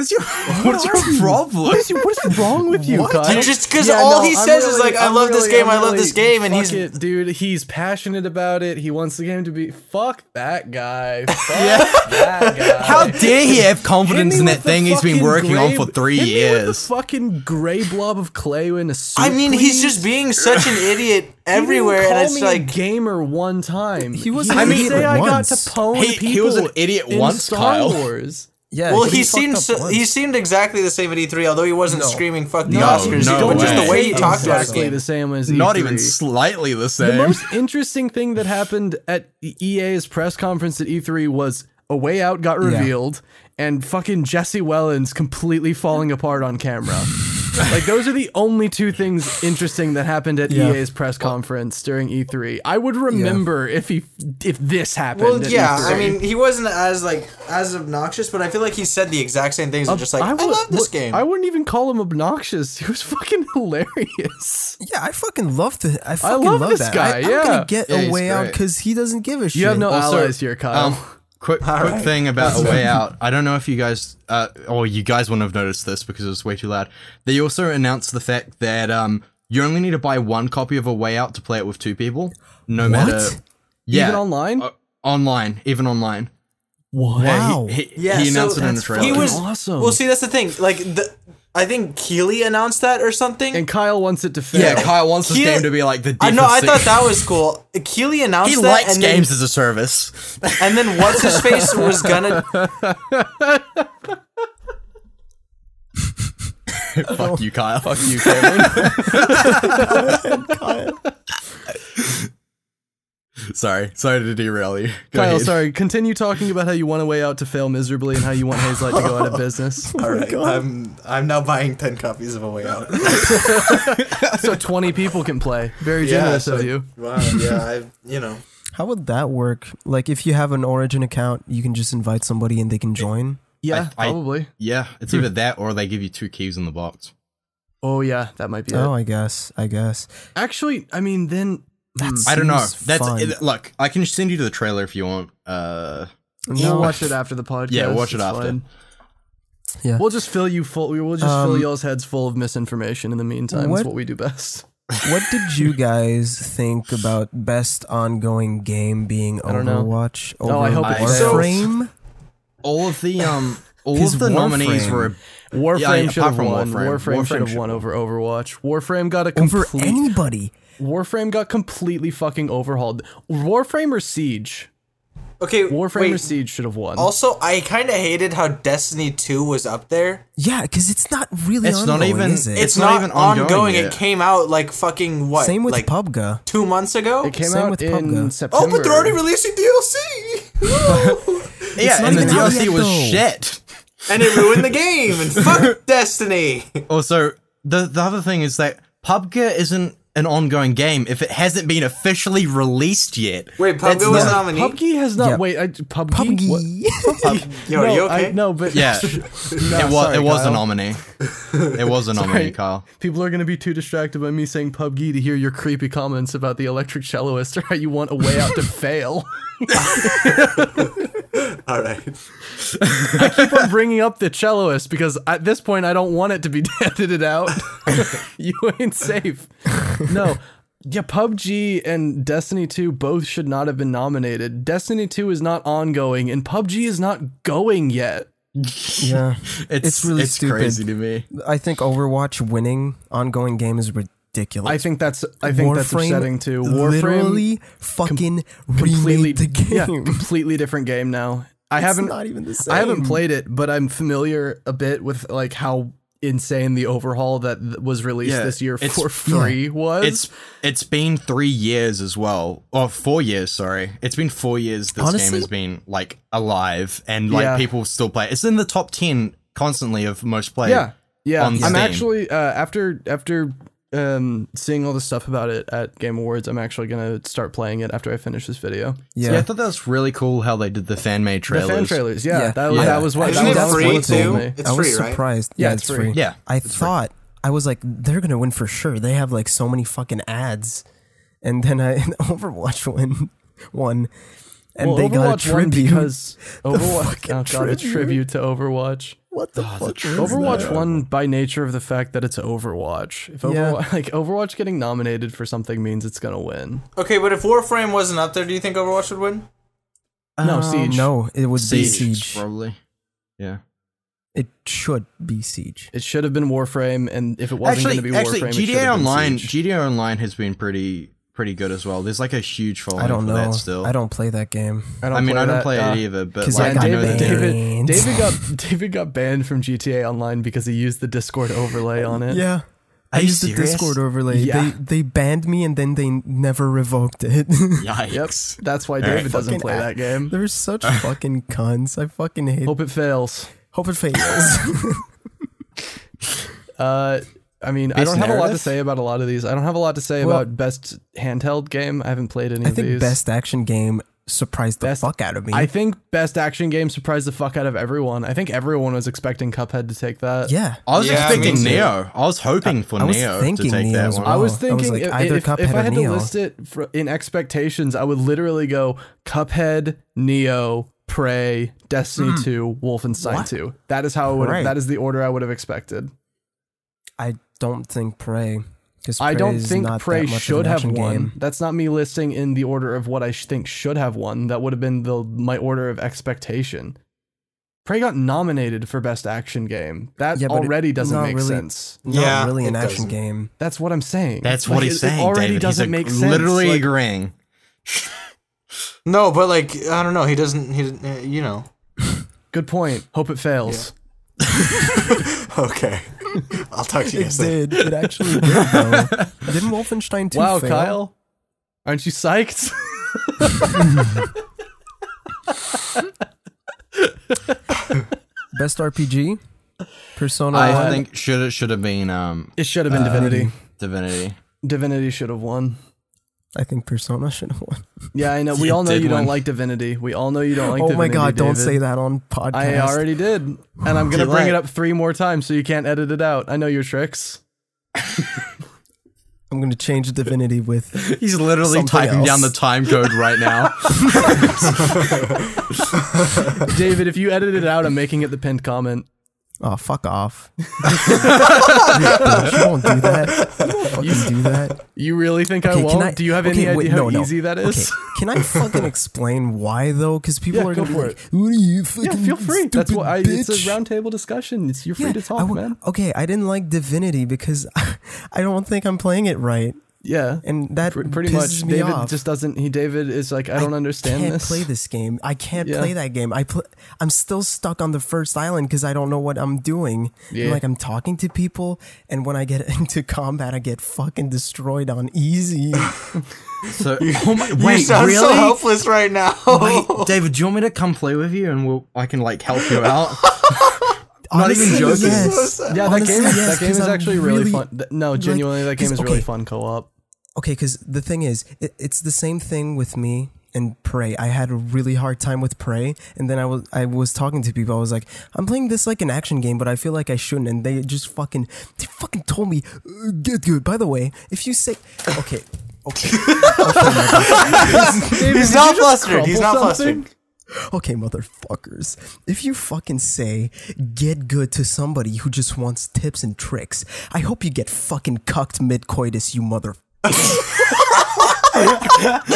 S4: is your what's your problem?
S2: What is, what is wrong with you,
S1: What?
S2: Kyle?
S5: You just- 'cause all he
S2: I'm
S5: says is like, "I love this game, I love this game," and
S2: fuck
S5: he's-
S2: it, dude. He's passionate about it. He wants the game to be. Fuck that guy. Fuck that guy.
S4: How dare he have confidence
S2: Hit
S4: in
S2: me
S4: that
S2: with the
S4: thing he's been
S2: fucking
S4: working on
S2: gray-
S4: for three
S2: hit me with the
S4: years?
S2: fucking gray blob of clay in a suit.
S5: I mean,
S2: please.
S5: he's just being such an idiot
S2: He didn't
S5: everywhere,
S2: call
S5: and it's
S2: me a
S5: like,
S2: gamer one time. He
S1: wasn't
S2: didn't
S1: an idiot
S2: say I
S1: once.
S2: got to pwn
S4: He-
S2: people.
S4: he was an idiot
S2: in
S4: once,
S2: Star
S4: Kyle.
S2: Wars.
S1: Yeah.
S5: well,
S1: he
S5: he
S1: fucked
S5: seemed
S1: up
S5: so,
S1: once.
S5: he seemed exactly the same at E3, although he wasn't screaming "fuck the
S4: No,
S5: Oscars,"
S4: no
S5: but just the way he
S1: way.
S5: talked about
S1: Exactly.
S5: it.
S2: the same as E
S4: Not
S2: E3.
S4: even slightly the
S2: The
S4: same.
S2: most interesting thing that happened at EA's press conference at E3 was A Way Out got revealed and fucking Jesse Wellens completely falling apart on camera. like those are the only two things interesting that happened at
S1: Yeah.
S2: EA's press conference during E3. I would remember if he if this happened.
S5: Well,
S2: at E
S5: yeah,
S2: E3.
S5: I mean, he wasn't as like as obnoxious, but I feel like he said the exact same things. and just like, I,
S2: Um, would-
S5: love this
S2: look,
S5: game.
S2: I wouldn't even call him obnoxious. He was fucking hilarious.
S1: Yeah, I fucking love the. I fucking
S2: love this
S1: that.
S2: guy,
S1: I, I'm gonna
S2: yeah.
S1: get
S4: Yeah,
S1: a
S4: he's
S1: way out
S4: great.
S1: because he doesn't give a shit.
S2: You have no
S4: Also,
S2: allies here, Kyle.
S4: Um, quick, quick thing about a way out. I don't know if you guys, uh, or you guys wouldn't have noticed this because it was way too loud. They also announced the fact that um, you only need to buy one copy of a way out to play it with two people, no matter. Yeah,
S2: Even online?
S4: Uh, online, even online.
S1: Wow.
S4: He, he-
S5: Yeah,
S4: he
S5: so
S4: announced it in the
S5: that's
S4: trailer.
S5: He was
S2: awesome.
S5: Well, see, that's the thing. Like, the, I think Keeley announced that or something.
S2: and Kyle wants it to fail.
S4: yeah, Kyle wants this
S5: He-
S4: game to be like the.
S5: I know. I
S4: deepest-
S5: thought that was cool. Keeley announced
S4: He
S5: that,
S4: likes
S5: and
S4: games as a service.
S5: Then, and then what's his face was gonna.
S4: Fuck you, Kyle. Fuck you. Sorry, sorry to derail you. Go
S2: Kyle,
S4: ahead.
S2: sorry. Continue talking about how you want a way out to fail miserably and how you want Hazelight to go out of business.
S5: All right, I'm I'm now buying ten copies of A Way Out.
S2: so 20 people can play. Very generous
S5: so-
S2: of you.
S5: Wow. Yeah. I. You know.
S1: How would that work? Like, if you have an Origin account, you can just invite somebody and they can join.
S2: Yeah,
S4: I-
S2: probably.
S4: Yeah, it's either that or they give you two keys in the box.
S2: oh, yeah, that might be
S1: Oh,
S2: it.
S1: I guess. I guess. Hmm.
S2: Actually, I mean, then.
S1: That
S4: I don't know.
S1: seems
S4: That's uh,
S1: fun.
S4: it- look. I can send you to the trailer if you want. Uh,
S2: We'll
S1: No,
S2: watch it after the podcast.
S4: Yeah, watch it
S2: it's
S4: after.
S2: fine.
S1: Yeah.
S2: We'll just fill you full. We'll just fill
S1: Um,
S2: y'all's heads full of misinformation in the meantime. It's
S1: what-
S2: what we do best.
S1: what did you guys think about best ongoing game being
S2: don't know.
S1: Overwatch? Over
S2: Oh, I hope it
S4: fails.
S1: Warframe.
S4: all of the um, all
S1: His
S4: of the nominees
S1: Warframe.
S4: were.
S2: Warframe
S4: Yeah, apart
S2: should have
S4: from
S2: won.
S4: Warframe.
S2: Warframe,
S4: Warframe
S2: should have
S4: should-
S2: won over Overwatch. Warframe got a
S1: Over
S2: complete.
S1: anybody.
S2: Warframe got completely fucking overhauled. Warframe or Siege?
S5: Okay.
S2: Warframe or
S5: wait,
S2: Siege should have won.
S5: Also, I kind of hated how Destiny Two was up there.
S1: Yeah, because it's not really.
S4: It's not
S1: ongoing,
S4: even-
S1: Is it?
S5: It's,
S4: It's
S5: not,
S4: not even
S5: ongoing.
S4: ongoing
S5: It
S4: yet.
S5: came out like fucking what?
S1: Same with
S5: like
S1: PUBG.
S5: two months ago.
S2: it came
S1: same
S2: out
S1: with
S2: in
S1: PUBG.
S2: September.
S5: oh, but they're already releasing DLC.
S4: Yeah,
S1: not
S4: and the
S1: even out
S4: DLC
S1: yet,
S4: was
S1: though.
S4: shit.
S5: and it ruined the game. And fuck Destiny.
S4: Also, the the other thing is that PUBG isn't an ongoing game if it hasn't been officially released yet.
S5: Wait,
S4: That's
S5: PUBG was
S4: not-
S5: nominee.
S2: PUBG has not.
S1: Yeah.
S2: Wait, I, PUBG. What?
S1: PUBG.
S5: Yo,
S2: no,
S5: are you okay?
S2: I, no, but
S4: Yeah,
S2: No,
S4: it was
S2: Oh, sorry,
S4: it was a
S2: Kyle.
S4: nominee. It was a nominee, Kyle.
S2: People are gonna be too distracted by me saying PUBG to hear your creepy comments about the electric celloist or how you want a way out to fail.
S5: All right.
S2: Keep on bringing up the celloist because at this point I don't want it to be edited out. you ain't safe. No. Yeah, PUBG and Destiny 2 both should not have been nominated. Destiny 2 is not ongoing and PUBG is not going yet.
S1: yeah.
S4: It's
S1: It's really
S4: it's
S1: stupid.
S4: crazy to me.
S1: I think Overwatch winning ongoing game is ridiculous.
S2: I think that's I think that's upsetting too. Warframe
S1: literally fucking
S2: completely
S1: remade the game.
S2: Yeah, completely different game now. I
S1: It's
S2: haven't
S1: not even the same.
S2: I haven't played it, but I'm familiar a bit with like how insane the overhaul that th- was released
S4: Yeah,
S2: this year
S4: it's-
S2: for free was.
S4: It's it's been three years as well, or four years. Sorry, it's been four years. This game
S1: Honestly-
S4: has been like alive, and like
S2: Yeah.
S4: people still play. it. It's in the top ten constantly of most played.
S2: yeah, yeah.
S4: on
S2: I'm
S4: Steam.
S2: actually uh, after after um seeing all the stuff about it at Game Awards, I'm actually gonna start playing it after I finish this video.
S1: Yeah.
S4: Yeah. I thought that was really cool how they did the fan made
S2: The
S4: trailers.
S2: fan trailers, yeah,
S1: Yeah.
S2: That, was
S4: Yeah.
S2: that was what
S5: Isn't
S2: that
S5: it
S2: was
S5: free
S2: what sold
S5: too?
S2: me.
S5: It's
S1: I was
S5: free, right?
S1: surprised.
S2: Yeah, it's free.
S4: Yeah,
S1: I thought I was like, they're gonna win for sure. They have like so many fucking ads, and then I Overwatch win one, and
S2: Well,
S1: they got a
S2: Overwatch won
S1: tribute.
S2: because Overwatch,
S1: fucking
S2: oh god, a
S1: tribute.
S2: tribute to Overwatch.
S1: what
S5: Ah,
S1: the fuck? is
S2: Overwatch
S1: that?
S2: won by nature of the fact that it's Overwatch. If Overwatch, like Overwatch getting nominated for something means it's gonna win.
S5: Okay, but if Warframe wasn't up there, do you think Overwatch would win?
S2: No, Siege.
S1: Um, No, it would
S4: Siege,
S1: be siege.
S4: probably. Yeah.
S1: It should be siege.
S2: It should have been Warframe, and if it wasn't
S4: Actually,
S2: gonna be
S4: actually,
S2: Warframe, it should
S4: GDA
S2: have been
S4: Online,
S2: Siege.
S4: GDA Online has been pretty pretty good as well. There's like a huge following
S1: I don't
S4: for
S1: know.
S4: that still.
S1: I don't play that game.
S2: don't
S4: I mean, I don't
S2: that,
S4: play
S2: uh,
S4: it either, but
S1: 'cause
S4: like,
S1: I got
S4: I know
S2: David,
S4: that
S2: David,
S1: banned.
S2: David got David got banned from GTA Online because he used the Discord overlay on it.
S1: Yeah. I
S4: Are you
S1: used the
S4: serious?
S1: Discord overlay.
S2: Yeah.
S1: They they banned me and then they never revoked it.
S2: Yep.
S4: Yikes.
S2: That's why
S4: right.
S2: David doesn't
S1: Fucking
S2: play
S1: a-
S2: that game.
S1: They're such fucking cunts. I fucking hate. Hope,
S2: Hope it fails.
S1: it fails.
S2: Uh, I mean, I
S4: Best
S2: don't have a lot to
S4: narrative?
S2: say about a lot of these. I don't have a lot to say
S1: Well-
S2: about best handheld game. I haven't played any
S1: I
S2: of these.
S1: think best action game surprised the
S2: Best-
S1: fuck out of me.
S2: I think best action game surprised the fuck out of everyone. I think everyone was expecting Cuphead to take that.
S1: yeah.
S4: I was
S5: Yeah, me
S4: expecting
S5: too.
S4: Neo. I was hoping for
S1: I was
S4: Neo
S1: thinking
S4: to take
S1: Neo
S4: that
S1: as
S4: one.
S1: well.
S2: I was
S1: I was
S2: thinking
S1: like,
S2: if,
S1: either
S2: if,
S1: Cuphead
S2: if I
S1: or
S2: had to
S1: Neo.
S2: list it fr in expectations, I would literally go Cuphead, Neo, Prey, Destiny
S1: Mm-hmm.
S2: 2, Wolfenstein 2. That is how I would
S1: Right.
S2: have that is the order I would have expected.
S1: I don't think Prey. Because
S2: I don't think
S1: not
S2: Prey
S1: that much of
S2: should
S1: an
S2: have
S1: action
S2: won.
S1: game.
S2: That's not me listing in the order of what I sh- think should have won. That would have been the my order of expectation. Prey got nominated for best action game. That
S1: Yeah, but it-
S2: already doesn't
S1: not
S2: make
S1: really-
S2: sense.
S1: Not
S5: Yeah,
S1: really an
S5: it
S1: action
S5: doesn't.
S1: game.
S2: That's what I'm saying.
S4: That's
S2: Like,
S4: what he's
S2: it- it
S4: saying.
S2: already
S4: David. He's,
S2: doesn't
S4: like,
S2: make sense.
S4: Literally
S2: Like,
S4: agreeing.
S5: No, but like I don't know. He doesn't. He doesn't. uh, You know.
S2: Good point. Hope it fails.
S5: Okay. I'll talk to you
S1: It
S5: guys later.
S1: did. It actually did, though. Didn't Wolfenstein 2
S2: Wow,
S1: fail?
S2: Kyle, aren't you psyched?
S1: Best RPG? Persona
S4: I
S1: 1?
S4: think should it should have been um
S2: it should have been Divinity.
S4: Divinity.
S2: Uh, Divinity should have won.
S1: I think Persona should have won.
S2: Yeah, I know. We
S4: It
S2: all know
S4: did
S2: you don't
S4: win.
S2: like Divinity. We all know you don't like
S1: oh
S2: Divinity.
S1: my god, don't
S2: David.
S1: say that on podcast.
S2: I already did. And I'm going to
S4: Too
S2: bring
S4: late.
S2: it up three more times so you can't edit it out. I know your tricks.
S1: I'm going to change Divinity with.
S4: He's
S1: Something
S4: literally typing down the
S1: else.
S4: time code right now.
S2: David, if you edit it out, I'm making it the pinned comment.
S1: Oh, fuck off. Dude, you won't do that. You won't fucking do that.
S2: You really think I
S1: Okay,
S2: won't?
S1: can I,
S2: Do you have
S1: okay,
S2: any
S1: wait,
S2: idea
S1: no,
S2: how
S1: no.
S2: easy that is?
S1: Okay, can I fucking explain why though? Because people
S2: Yeah,
S1: are
S2: go
S1: gonna be
S2: for
S1: like, "What are you fucking
S2: Yeah, feel free. That's
S1: stupid
S2: why I, it's
S1: bitch?
S2: a roundtable discussion. It's, you're free
S1: Yeah,
S2: to talk,
S1: I w-
S2: man.
S1: Okay, I didn't like Divinity because I don't think I'm playing it right,
S2: Yeah.
S1: and that
S2: Pr- pretty
S1: pisses
S2: much.
S1: me
S2: David
S1: off.
S2: just doesn't. He David is like, I don't understand
S1: can't
S2: this.
S1: play this game. I can't
S2: Yeah.
S1: play that game. I pl- I'm still stuck on the first island because I don't know what I'm doing.
S2: Yeah.
S1: Like I'm talking to people, and when I get into combat, I get fucking destroyed on easy.
S4: So oh my,
S5: You
S4: wait,
S5: sound
S4: really?
S5: so helpless right now.
S4: Wait, David, do you want me to come play with you and we'll I can like help you out? Not even
S1: honestly,
S4: joking.
S1: Yes.
S2: Yeah,
S1: Honestly,
S2: that
S1: yes,
S2: game, that game
S1: 'cause
S2: is
S1: I'm
S2: actually really,
S1: really-
S2: fun. Th- No, genuinely, that game
S1: 'cause-
S2: is really
S1: okay.
S2: fun co-op.
S1: Okay, because the thing is, it, it's the same thing with me and Prey. I had a really hard time with Prey, and then I was I was talking to people. I was like, I'm playing this like an action game, but I feel like I shouldn't. And they just fucking they fucking told me, "Uh, good, good. By the way, if you say okay, okay,
S5: He's not flustered. He's not flustered.
S1: okay, motherfuckers, if you fucking say get good to somebody who just wants tips and tricks, I hope you get fucking cucked mid coitus, you mother.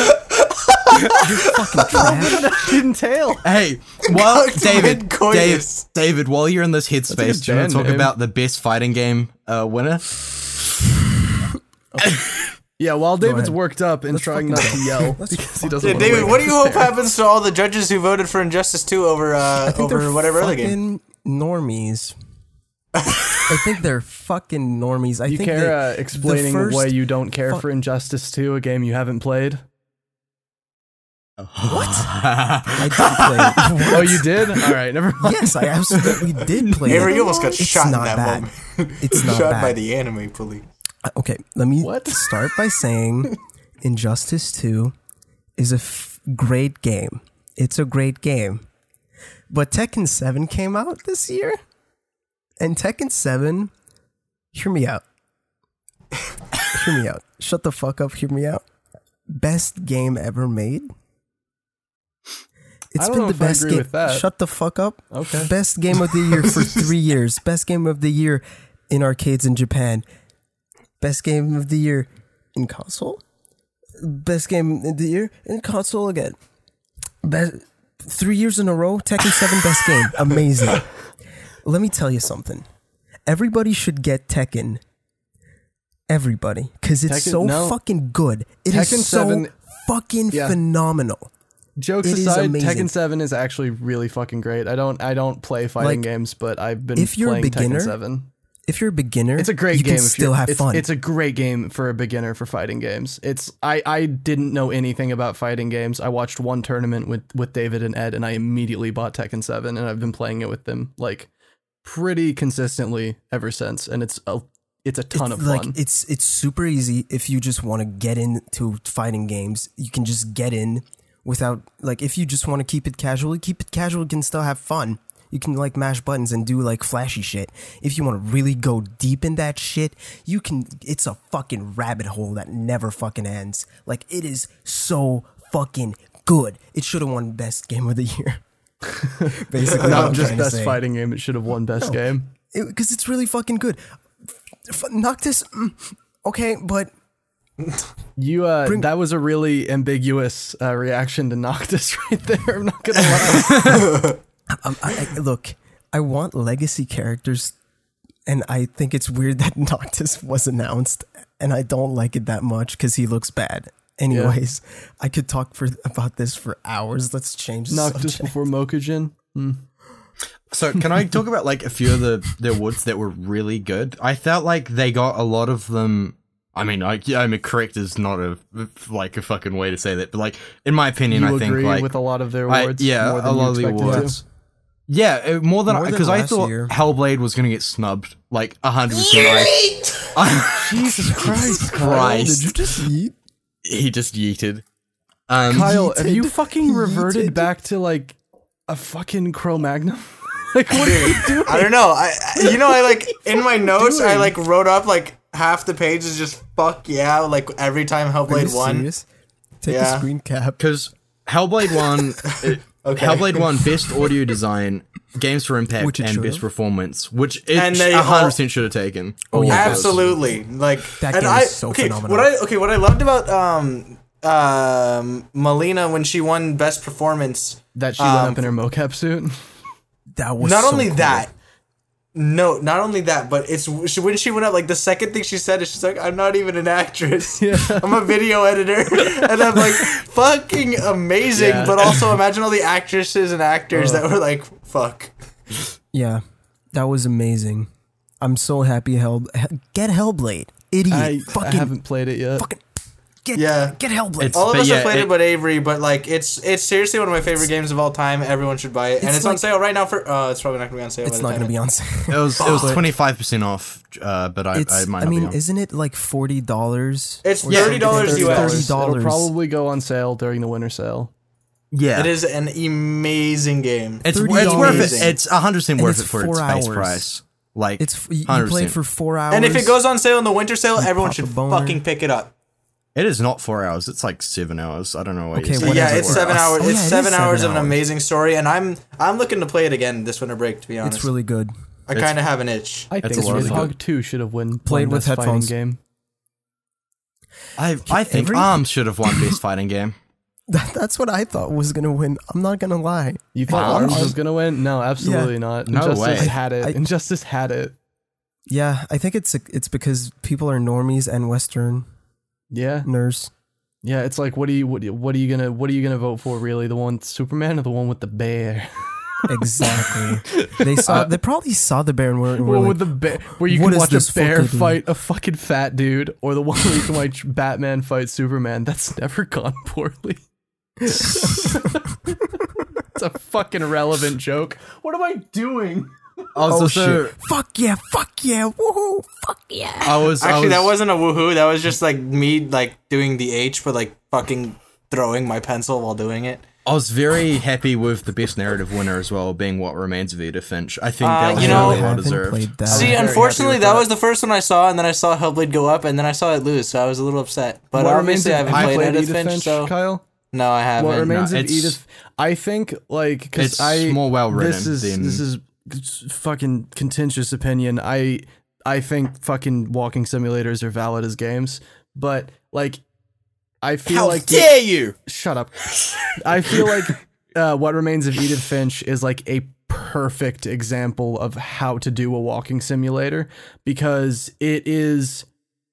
S1: You're fucking trash.
S2: Entail.
S4: Hey, while
S5: Cocked
S4: David, Dave,
S5: mid-coitus.
S4: David, while you're in this
S2: That's a
S4: headspace,
S2: good
S4: do you want
S2: band
S4: to talk
S2: name.
S4: about the best fighting game uh, winner?
S2: Yeah, while David's
S1: ahead.
S2: worked up and trying not to yell because he doesn't.
S5: Yeah,
S2: wanna
S5: David,
S2: wake
S5: what
S2: up
S5: do you
S2: his
S5: hope
S2: parents.
S5: happens to all the judges who voted for Injustice 2 over uh, over whatever other
S1: fucking
S5: game?
S1: normies. I think they're fucking normies. I
S2: You
S1: think
S2: care
S1: that
S2: uh, explaining
S1: the first,
S2: why you don't care
S1: fu-
S2: for Injustice 2, a game you haven't played?
S1: I did play.
S2: Oh, you did? All right, never mind.
S1: yes, I absolutely did play.
S5: Avery,
S1: it.
S5: you almost got
S1: It's
S5: shot in
S1: not
S5: that
S1: bad.
S5: moment.
S1: It's not
S5: shot
S1: bad.
S5: by the anime police.
S1: Uh, Okay, let me
S2: What?
S1: start by saying Injustice 2 is a f- great game. It's a great game. But Tekken 7 came out this year. And Tekken 7, hear me out. hear me out. Shut the fuck up, hear me out. Best game ever made. It's
S2: don't
S1: been
S2: know
S1: the
S2: if I
S1: best
S2: agree
S1: game.
S2: with that.
S1: Shut the fuck up.
S2: Okay.
S1: Best game of the year for three years. Best game of the year in arcades in Japan. Best game of the year in console. Best game of the year in console again. Best, three years in a row, Tekken 7 best game. Amazing. Let me tell you something. Everybody should get Tekken. Everybody. Because it's
S2: Tekken-
S1: so
S2: no.
S1: fucking good. It is
S2: Tekken
S1: so
S2: 7
S1: fucking
S2: Yeah.
S1: phenomenal.
S2: Jokes
S1: It is
S2: aside,
S1: amazing.
S2: Tekken 7 is actually really fucking great. I don't I don't play fighting
S1: Like,
S2: games, but I've been
S1: if you're a
S2: playing
S1: beginner,
S2: Tekken 7.
S1: If you're a beginner,
S2: It's a great
S1: you
S2: game.
S1: can
S2: if
S1: still
S2: you're-
S1: have
S2: it's,
S1: fun.
S2: It's a great game for a beginner for fighting games. It's I, I didn't know anything about fighting games. I watched one tournament with, with David and Ed, and I immediately bought Tekken Seven, and I've been playing it with them like pretty consistently ever since. And it's a it's a ton
S1: it's
S2: of
S1: like
S2: fun.
S1: it's it's super easy if you just want to get into fighting games. You can just get in without like if you just want to keep it casual, keep it casual. You can still have fun. You can like mash buttons and do like flashy shit. If you want to really go deep in that shit, you can. It's a fucking rabbit hole that never fucking ends. Like it is so fucking good. It should have won best game of the year. Basically, what I'm
S2: Not just
S1: trying to
S2: best
S1: say
S2: fighting game. It should have won best game.
S1: because it's really fucking good. F- Noctis, mm, okay, but
S2: You uh, that was a really ambiguous uh, reaction to Noctis right there. I'm not gonna lie.
S1: um, I, I, look, I want legacy characters, and I think it's weird that Noctis was announced, and I don't like it that much because he looks bad. Anyways, I could talk for about this for hours. Let's change the
S2: Noctis
S1: subject.
S2: before Mokujin.
S4: So can I talk about like a few of the their woods that were really good? I felt like they got a lot of them. I mean, like yeah, I mean, correct is not a like a fucking way to say that, but like in my opinion,
S2: You
S4: I
S2: agree
S4: think like
S2: with a lot of their
S4: I-
S2: awards.
S4: yeah,
S2: more than
S4: a
S2: you
S4: lot of the
S2: expected to?
S4: awards. Yeah, uh, more than
S1: More than
S4: because I
S1: last
S4: thought
S1: year.
S4: Hellblade was going to get snubbed like hundred percent.
S2: Jesus Christ,
S4: Christ,
S1: just eat?
S4: he just yeeted. Um,
S2: Kyle, have you fucking
S1: Yeeted.
S2: reverted back to like a fucking Cro-Magnon? like what are you doing?
S5: I don't know. I I- you know I like in my notes I like wrote up like half the page is just fuck yeah like every time
S1: Are
S5: Hellblade
S1: you
S5: won.
S1: serious? Take a
S5: Yeah.
S1: screen cap.
S4: because Hellblade One, it-
S5: Okay.
S4: Hellblade One, best audio design, games for impact,
S1: Which it
S4: and
S1: should
S4: best
S1: have.
S4: performance, which it
S5: And they all-
S4: hundred percent should have taken. Oh
S1: yeah.
S5: Absolutely. Like
S1: That
S5: and
S1: game is
S5: I,
S1: so
S5: okay,
S1: phenomenal.
S5: What I okay, what I loved about um um Melina when she won best performance,
S2: That she went up in her mocap suit.
S1: That was
S5: not
S1: so
S5: only
S1: cool.
S5: that no, not only that, but it's she, when she went up. Like the second thing she said is, "She's like, I'm not even an actress. I'm a video editor," and I'm like, "Fucking amazing!"
S2: Yeah.
S5: But also, imagine all the actresses and
S1: Oh.
S5: actors that were like, "Fuck."
S1: Yeah, that was amazing. I'm so happy. Hell, get Hellblade, idiot,
S2: I, I
S1: fucking
S2: haven't played it yet.
S1: fucking Get
S5: Yeah.
S1: get Hellblade.
S4: It's-
S5: All of
S4: But
S5: us
S4: yeah,
S5: have played it,
S4: it-
S5: but Avery. But like, it's it's seriously one of my favorite games of all time. Everyone should buy it, and
S1: It's
S5: it's, on
S1: like-
S5: sale right now for. Uh, it's probably not gonna be on sale.
S1: it's not going to be on sale.
S4: It was it was twenty five percent off, uh, but I, I
S1: It's,
S4: might
S1: I,
S4: not be
S1: mean,
S4: on.
S1: isn't it like forty dollars?
S5: It's thirty dollars
S1: Thirty
S5: US.
S1: dollars.
S2: It'll probably go on sale during the winter sale.
S4: yeah,
S5: It is an amazing game.
S4: It's,
S1: $30
S4: it's worth it.
S5: amazing.
S4: It's hundred percent worth
S1: it's
S4: it for its
S1: four hours.
S4: base price. Like
S1: It's f- you you
S4: 100%.
S1: play it for four hours.
S5: and if it goes on sale in the winter sale, everyone
S1: pop a
S5: should
S1: boner.
S5: fucking pick it up.
S4: It is not four hours. It's like seven hours. I don't know why.
S1: Okay,
S4: you said
S1: What
S5: yeah,
S1: is it
S5: it's
S1: for
S5: seven
S1: us?
S5: hours.
S1: Oh,
S5: it's
S1: yeah, it is
S5: seven,
S1: seven
S5: hours, of an
S1: hours.
S5: amazing story, and I'm I'm looking to play it again this winter break. To be honest,
S1: it's really good.
S5: I kind of have an itch.
S2: I
S4: That's
S2: think
S4: a lot of
S2: Warthog
S4: good-
S2: 2 should have won
S1: Played
S2: won
S1: with
S2: Best Fighting
S1: headphones.
S2: game.
S4: I I think
S1: Every-
S4: Arms should have won best fighting game.
S1: That, that's what I thought was going to win. I'm not going to lie.
S2: You thought
S4: Arms?
S2: Arms was gonna win? No, absolutely not.
S4: No
S2: Injustice
S4: way.
S2: had it.
S1: I-
S2: Injustice had it.
S1: Yeah, I think it's it's because people are normies and Western
S2: Yeah,
S1: nerds.
S2: yeah. It's like, what are you, what, what are you gonna, what are you gonna vote for? Really, the one with Superman or the one with the bear?
S1: Exactly. they saw.
S5: Uh,
S1: they probably saw the bear and were,
S2: The
S1: were
S2: one
S1: like,
S2: with the bear, where you
S1: what
S2: can
S1: is
S2: watch
S1: this
S2: a bear
S1: fucking-
S2: fight a fucking fat dude, or the one where you can watch Batman fight Superman. That's never gone poorly. it's a fucking relevant joke. What am I doing?
S4: Also,
S1: "Oh shit! Fuck yeah! Fuck yeah! Woohoo! Fuck yeah!"
S4: I was
S5: Actually,
S4: I was,
S5: that wasn't a woohoo. That was just like me like doing the H, but like fucking throwing my pencil while doing it.
S4: I was very happy with the best narrative winner as well, being What Remains of Edith Finch. I think
S5: Uh,
S4: that was
S5: you know-
S4: really well
S1: haven't
S4: deserved.
S1: played that.
S5: See,
S1: very
S5: unfortunately,
S1: happy
S5: that, was the first one I saw, and then I saw Hellblade go up, and then I saw it lose, so I was a little upset. But
S2: What Remains
S5: obviously,
S2: of-
S5: I haven't played, Edith Finch, so
S2: Kyle.
S5: no, I haven't.
S2: What remains
S4: No,
S2: of
S4: it's-
S2: Edith? I think like because
S4: It's
S2: I
S4: more well-written
S2: This is
S4: than-
S2: this is fucking contentious opinion. I I think fucking walking simulators are valid as games, but like I feel like the-
S5: you?
S2: shut up. I feel like uh, what remains of Edith Finch is like a perfect example of how to do a walking simulator because it is.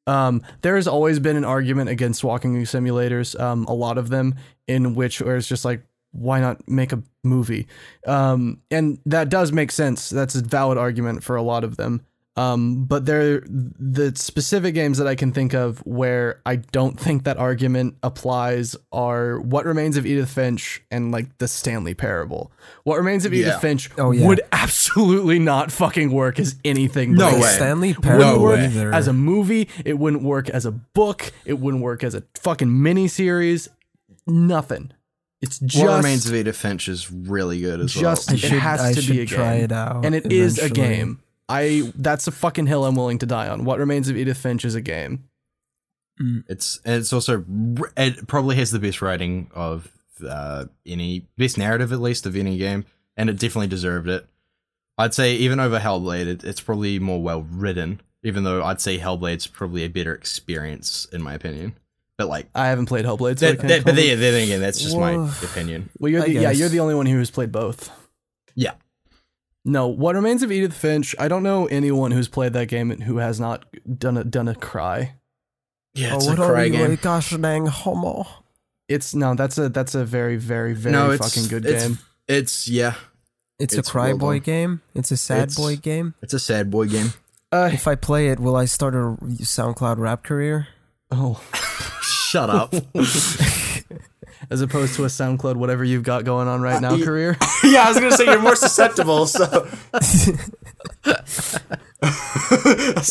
S2: Um, there has always been an argument against walking simulators. Um, a lot of them in which where it's just like, why not make a movie? Um, and that does make sense. That's a valid argument for a lot of them. Um, but there, the specific games that I can think of where I don't think that argument applies are What Remains of Edith Finch and like the Stanley Parable. What Remains of Edith
S4: Yeah.
S2: Finch
S1: Oh, yeah.
S2: would absolutely not fucking work as anything.
S4: No
S2: but
S1: Like
S4: way.
S1: Stanley
S2: wouldn't
S1: Parable
S2: work
S1: either.
S2: as a movie. It wouldn't work as a book. It wouldn't work as a fucking miniseries. Nothing. It's just
S4: what Remains of Edith Finch is really good as
S2: just
S1: I
S4: well.
S2: it
S1: should-
S2: has
S1: I
S2: to be a
S1: should try
S2: game,
S1: it out
S2: and it is a
S1: eventually.
S2: game. I that's a fucking hill I'm willing to die on. What remains of Edith Finch is a game.
S4: It's and it's also r- it probably has the best writing of uh, any best narrative at least of any game, and it definitely deserved it. I'd say even over Hellblade, it, it's probably more well written. Even though I'd say Hellblade's probably a better experience in my opinion, but like
S2: I haven't played Hellblade, so I
S4: that,
S2: can't
S4: that, but
S2: comment.
S4: then, then again, that's just my
S1: Woof.
S4: opinion.
S2: well, you're
S1: I
S2: the, yeah,
S1: guess.
S2: you're the only one who has played both.
S4: Yeah,
S2: No, What Remains of Edith Finch. I don't know anyone who's played that game and who has not done a done a cry.
S4: yeah,
S1: Oh, what are we? Like, gosh dang homo.
S2: It's no, that's a that's a very very very
S4: no, it's
S2: fucking good
S4: it's,
S2: game.
S4: It's yeah,
S1: It's,
S4: It's
S1: a cry
S4: well
S1: boy
S4: done.
S1: game. It's a sad
S4: It's-
S1: boy game.
S4: it's a sad boy game.
S2: Uh,
S1: If I play it, will I start a SoundCloud rap career?
S2: oh,
S4: Shut up.
S2: as opposed to a SoundCloud, whatever you've got going on
S5: Uh,
S2: right now, career.
S5: yeah, I was gonna say you're more susceptible, so. so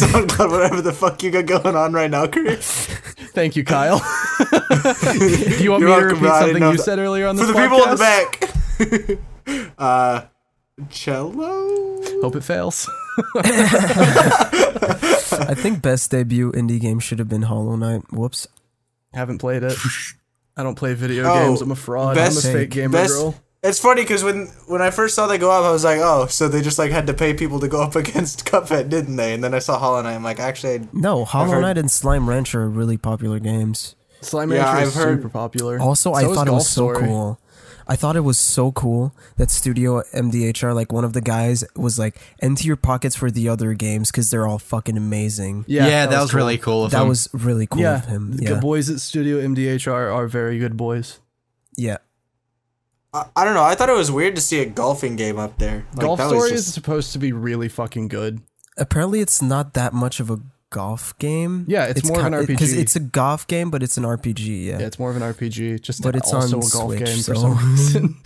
S5: I'm glad whatever the fuck you got going on right now, Chris.
S2: Thank you, Kyle. Do you want me
S5: You're
S2: to
S5: welcome,
S2: repeat
S5: bro. I
S2: something
S5: didn't know
S2: you
S5: that.
S2: said earlier on
S5: For
S2: this
S5: the people in the
S2: podcast?
S5: back. uh, cello.
S2: Hope it fails.
S1: I think best debut indie game should have been Hollow Knight. Whoops.
S2: Haven't played it. I don't play video
S5: Oh,
S2: games. I'm a fraud.
S5: best-
S2: I'm a fake gamer
S5: best-
S2: girl.
S5: It's funny because when when I first saw they go up, I was like, oh, so they just like had to pay people to go up against Cuphead, didn't they? And then I saw Hollow Knight. I'm like, actually,
S1: No, Hollow
S5: heard-
S1: Knight and Slime Rancher are really popular games.
S2: Slime
S5: Yeah,
S2: Rancher is
S5: I've heard-
S2: super popular.
S1: Also, I
S2: So is
S1: thought it
S2: Golf
S1: was so
S2: Story.
S1: cool. I thought it was so cool that Studio MDHR, like one of the guys, was like, "Empty your pockets for the other games because they're all fucking amazing."
S4: yeah, that, was,
S2: cool.
S4: really cool. Of
S1: That
S4: him.
S1: was really cool
S2: yeah.
S1: of him.
S2: The
S1: Yeah,
S2: boys at Studio MDHR are very good boys.
S1: yeah.
S5: I, I don't know. I thought it was weird to see a golfing game up there. Like,
S2: Golf
S5: that
S2: Story
S5: was
S2: is supposed to be really fucking good.
S1: Apparently, it's not that much of a golf game.
S2: Yeah, it's more of an
S1: because
S2: RPG.
S1: it's a golf game, but it's an RPG. Yeah,
S2: Yeah, it's more of an RPG, just
S1: But it's
S2: also
S1: on
S2: a golf
S1: Switch,
S2: game for
S1: so-
S2: some reason.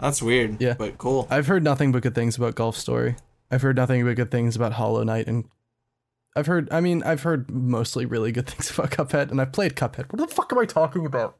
S5: That's weird.
S2: Yeah.
S5: But cool.
S2: I've heard nothing but good things about Golf Story. I've heard nothing but good things about Hollow Knight, and I've heard. I mean, I've heard mostly really good things about Cuphead, and I've played Cuphead. What the fuck am I talking about?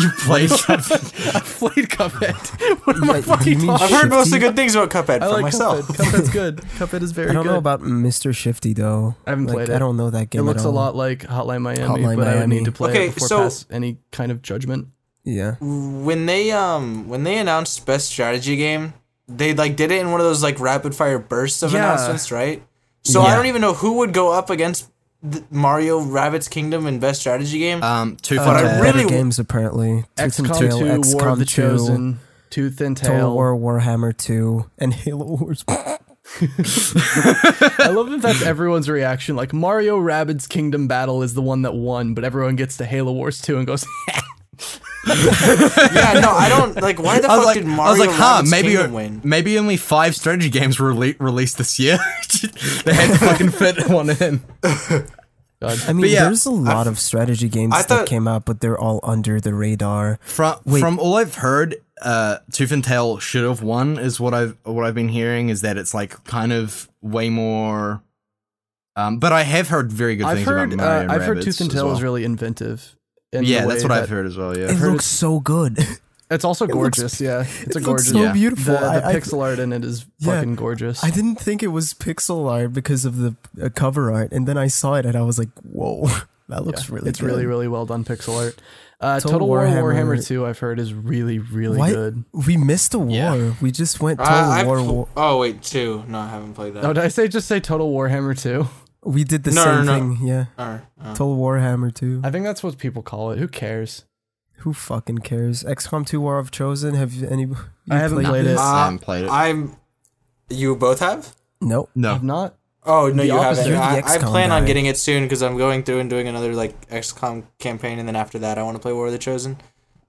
S4: You play Cuphead.
S2: I've played Cuphead. What am
S1: Yeah,
S2: I
S1: you
S2: fucking
S1: mean
S2: talking?
S5: I've heard mostly
S1: Shifty?
S5: good things about Cuphead
S2: I
S5: for
S2: like
S5: myself.
S2: Cuphead. Cuphead's good. Cuphead is very.
S1: I don't
S2: good.
S1: know about Mr. Shifty though.
S2: I haven't
S1: Like,
S2: played it.
S1: I don't know that
S2: It
S1: game. at
S2: looks a
S1: all.
S2: lot like Hotline Miami,
S1: Hotline
S2: but I would need
S1: Miami.
S2: to play
S5: Okay,
S2: it before
S5: so-
S2: pass any kind of judgment.
S1: Yeah,
S5: when they um when they announced best strategy game, they like did it in one of those like rapid fire bursts of
S2: Yeah.
S5: announcements, right? So I
S1: Yeah.
S5: don't even know who would go up against th- Mario Rabbit's Kingdom in best strategy game.
S4: Um, two
S1: Uh,
S4: for
S5: I
S4: tab.
S1: better
S5: really-
S1: games apparently. Tooth and
S2: XCOM
S1: Tail,
S2: 2, War of
S1: XCOM
S2: the
S1: 2,
S2: Chosen, Tooth and
S1: Total
S2: Tail.
S1: War, Warhammer Two, and Halo Wars.
S2: I love that that's everyone's reaction. Like Mario Rabbids Kingdom Battle is the one that won, but everyone gets to Halo Wars 2 and goes,
S5: yeah, no, I don't like. Why the
S4: I
S5: fuck
S4: was like,
S5: did
S4: I was
S5: Mario
S4: like, huh?
S5: Rabbit's
S4: Maybe
S5: Kingdom win?
S4: maybe only five strategy games were rele- released this year. they had to fucking fit one in.
S1: I mean,
S4: yeah,
S1: there's a lot of strategy games
S5: I thought-
S1: that came out, but they're all under the radar.
S4: From from all I've heard, uh, Tooth and Tail should have won. Is what I've what I've been hearing is that it's like kind of way more. Um, but I have heard very good
S2: I've
S4: things
S2: heard,
S4: about Mario
S2: uh, I've heard
S4: Rabbids
S2: Tooth and
S4: as
S2: Tail
S4: well.
S2: is really inventive. in
S4: Yeah,
S2: the
S4: that's
S2: way
S4: what I've
S2: that-
S4: heard as well.
S1: It
S4: Yeah,
S1: looks so good.
S2: It's also
S1: looks-
S2: gorgeous. yeah, it's a
S1: it
S2: gorgeous.
S1: looks so
S4: Yeah.
S1: beautiful.
S2: The, the
S1: I- I-
S2: pixel art in it is
S1: Yeah.
S2: fucking gorgeous.
S1: I didn't think it was pixel art because of the uh, cover art, and then I saw it and I was like, "Whoa, that
S2: Yeah,
S1: looks really
S2: it's
S1: good."
S2: really really well done pixel art. Uh,
S1: Total
S2: Total, War
S1: Warhammer-
S2: Warhammer 2 I've heard is really really
S1: Why-
S2: good.
S1: We missed a war.
S4: Yeah.
S1: We just went total
S5: I- I've
S1: war,
S5: pl-
S1: war.
S5: Oh wait, two. No, I haven't played that.
S2: Oh, did I say just say Total Warhammer 2?
S1: We did the
S5: No,
S1: same
S5: no, no.
S1: thing. Yeah,
S5: Or, uh,
S1: total warhammer too.
S2: I think that's what people call it. Who cares?
S1: Who fucking cares? XCOM 2 War of Chosen. Have any? you
S2: I haven't played it.
S1: this?
S4: Uh, I haven't played it.
S5: I'm. You both have?
S1: Nope.
S2: I've
S4: no,
S2: not.
S5: Oh no,
S2: The
S5: you
S2: opposite.
S5: haven't.
S1: You're the
S5: I, I
S1: XCOM
S5: plan on
S1: guy.
S5: getting it soon because I'm going through and doing another like XCOM campaign, and then after that, I want to play War of the Chosen.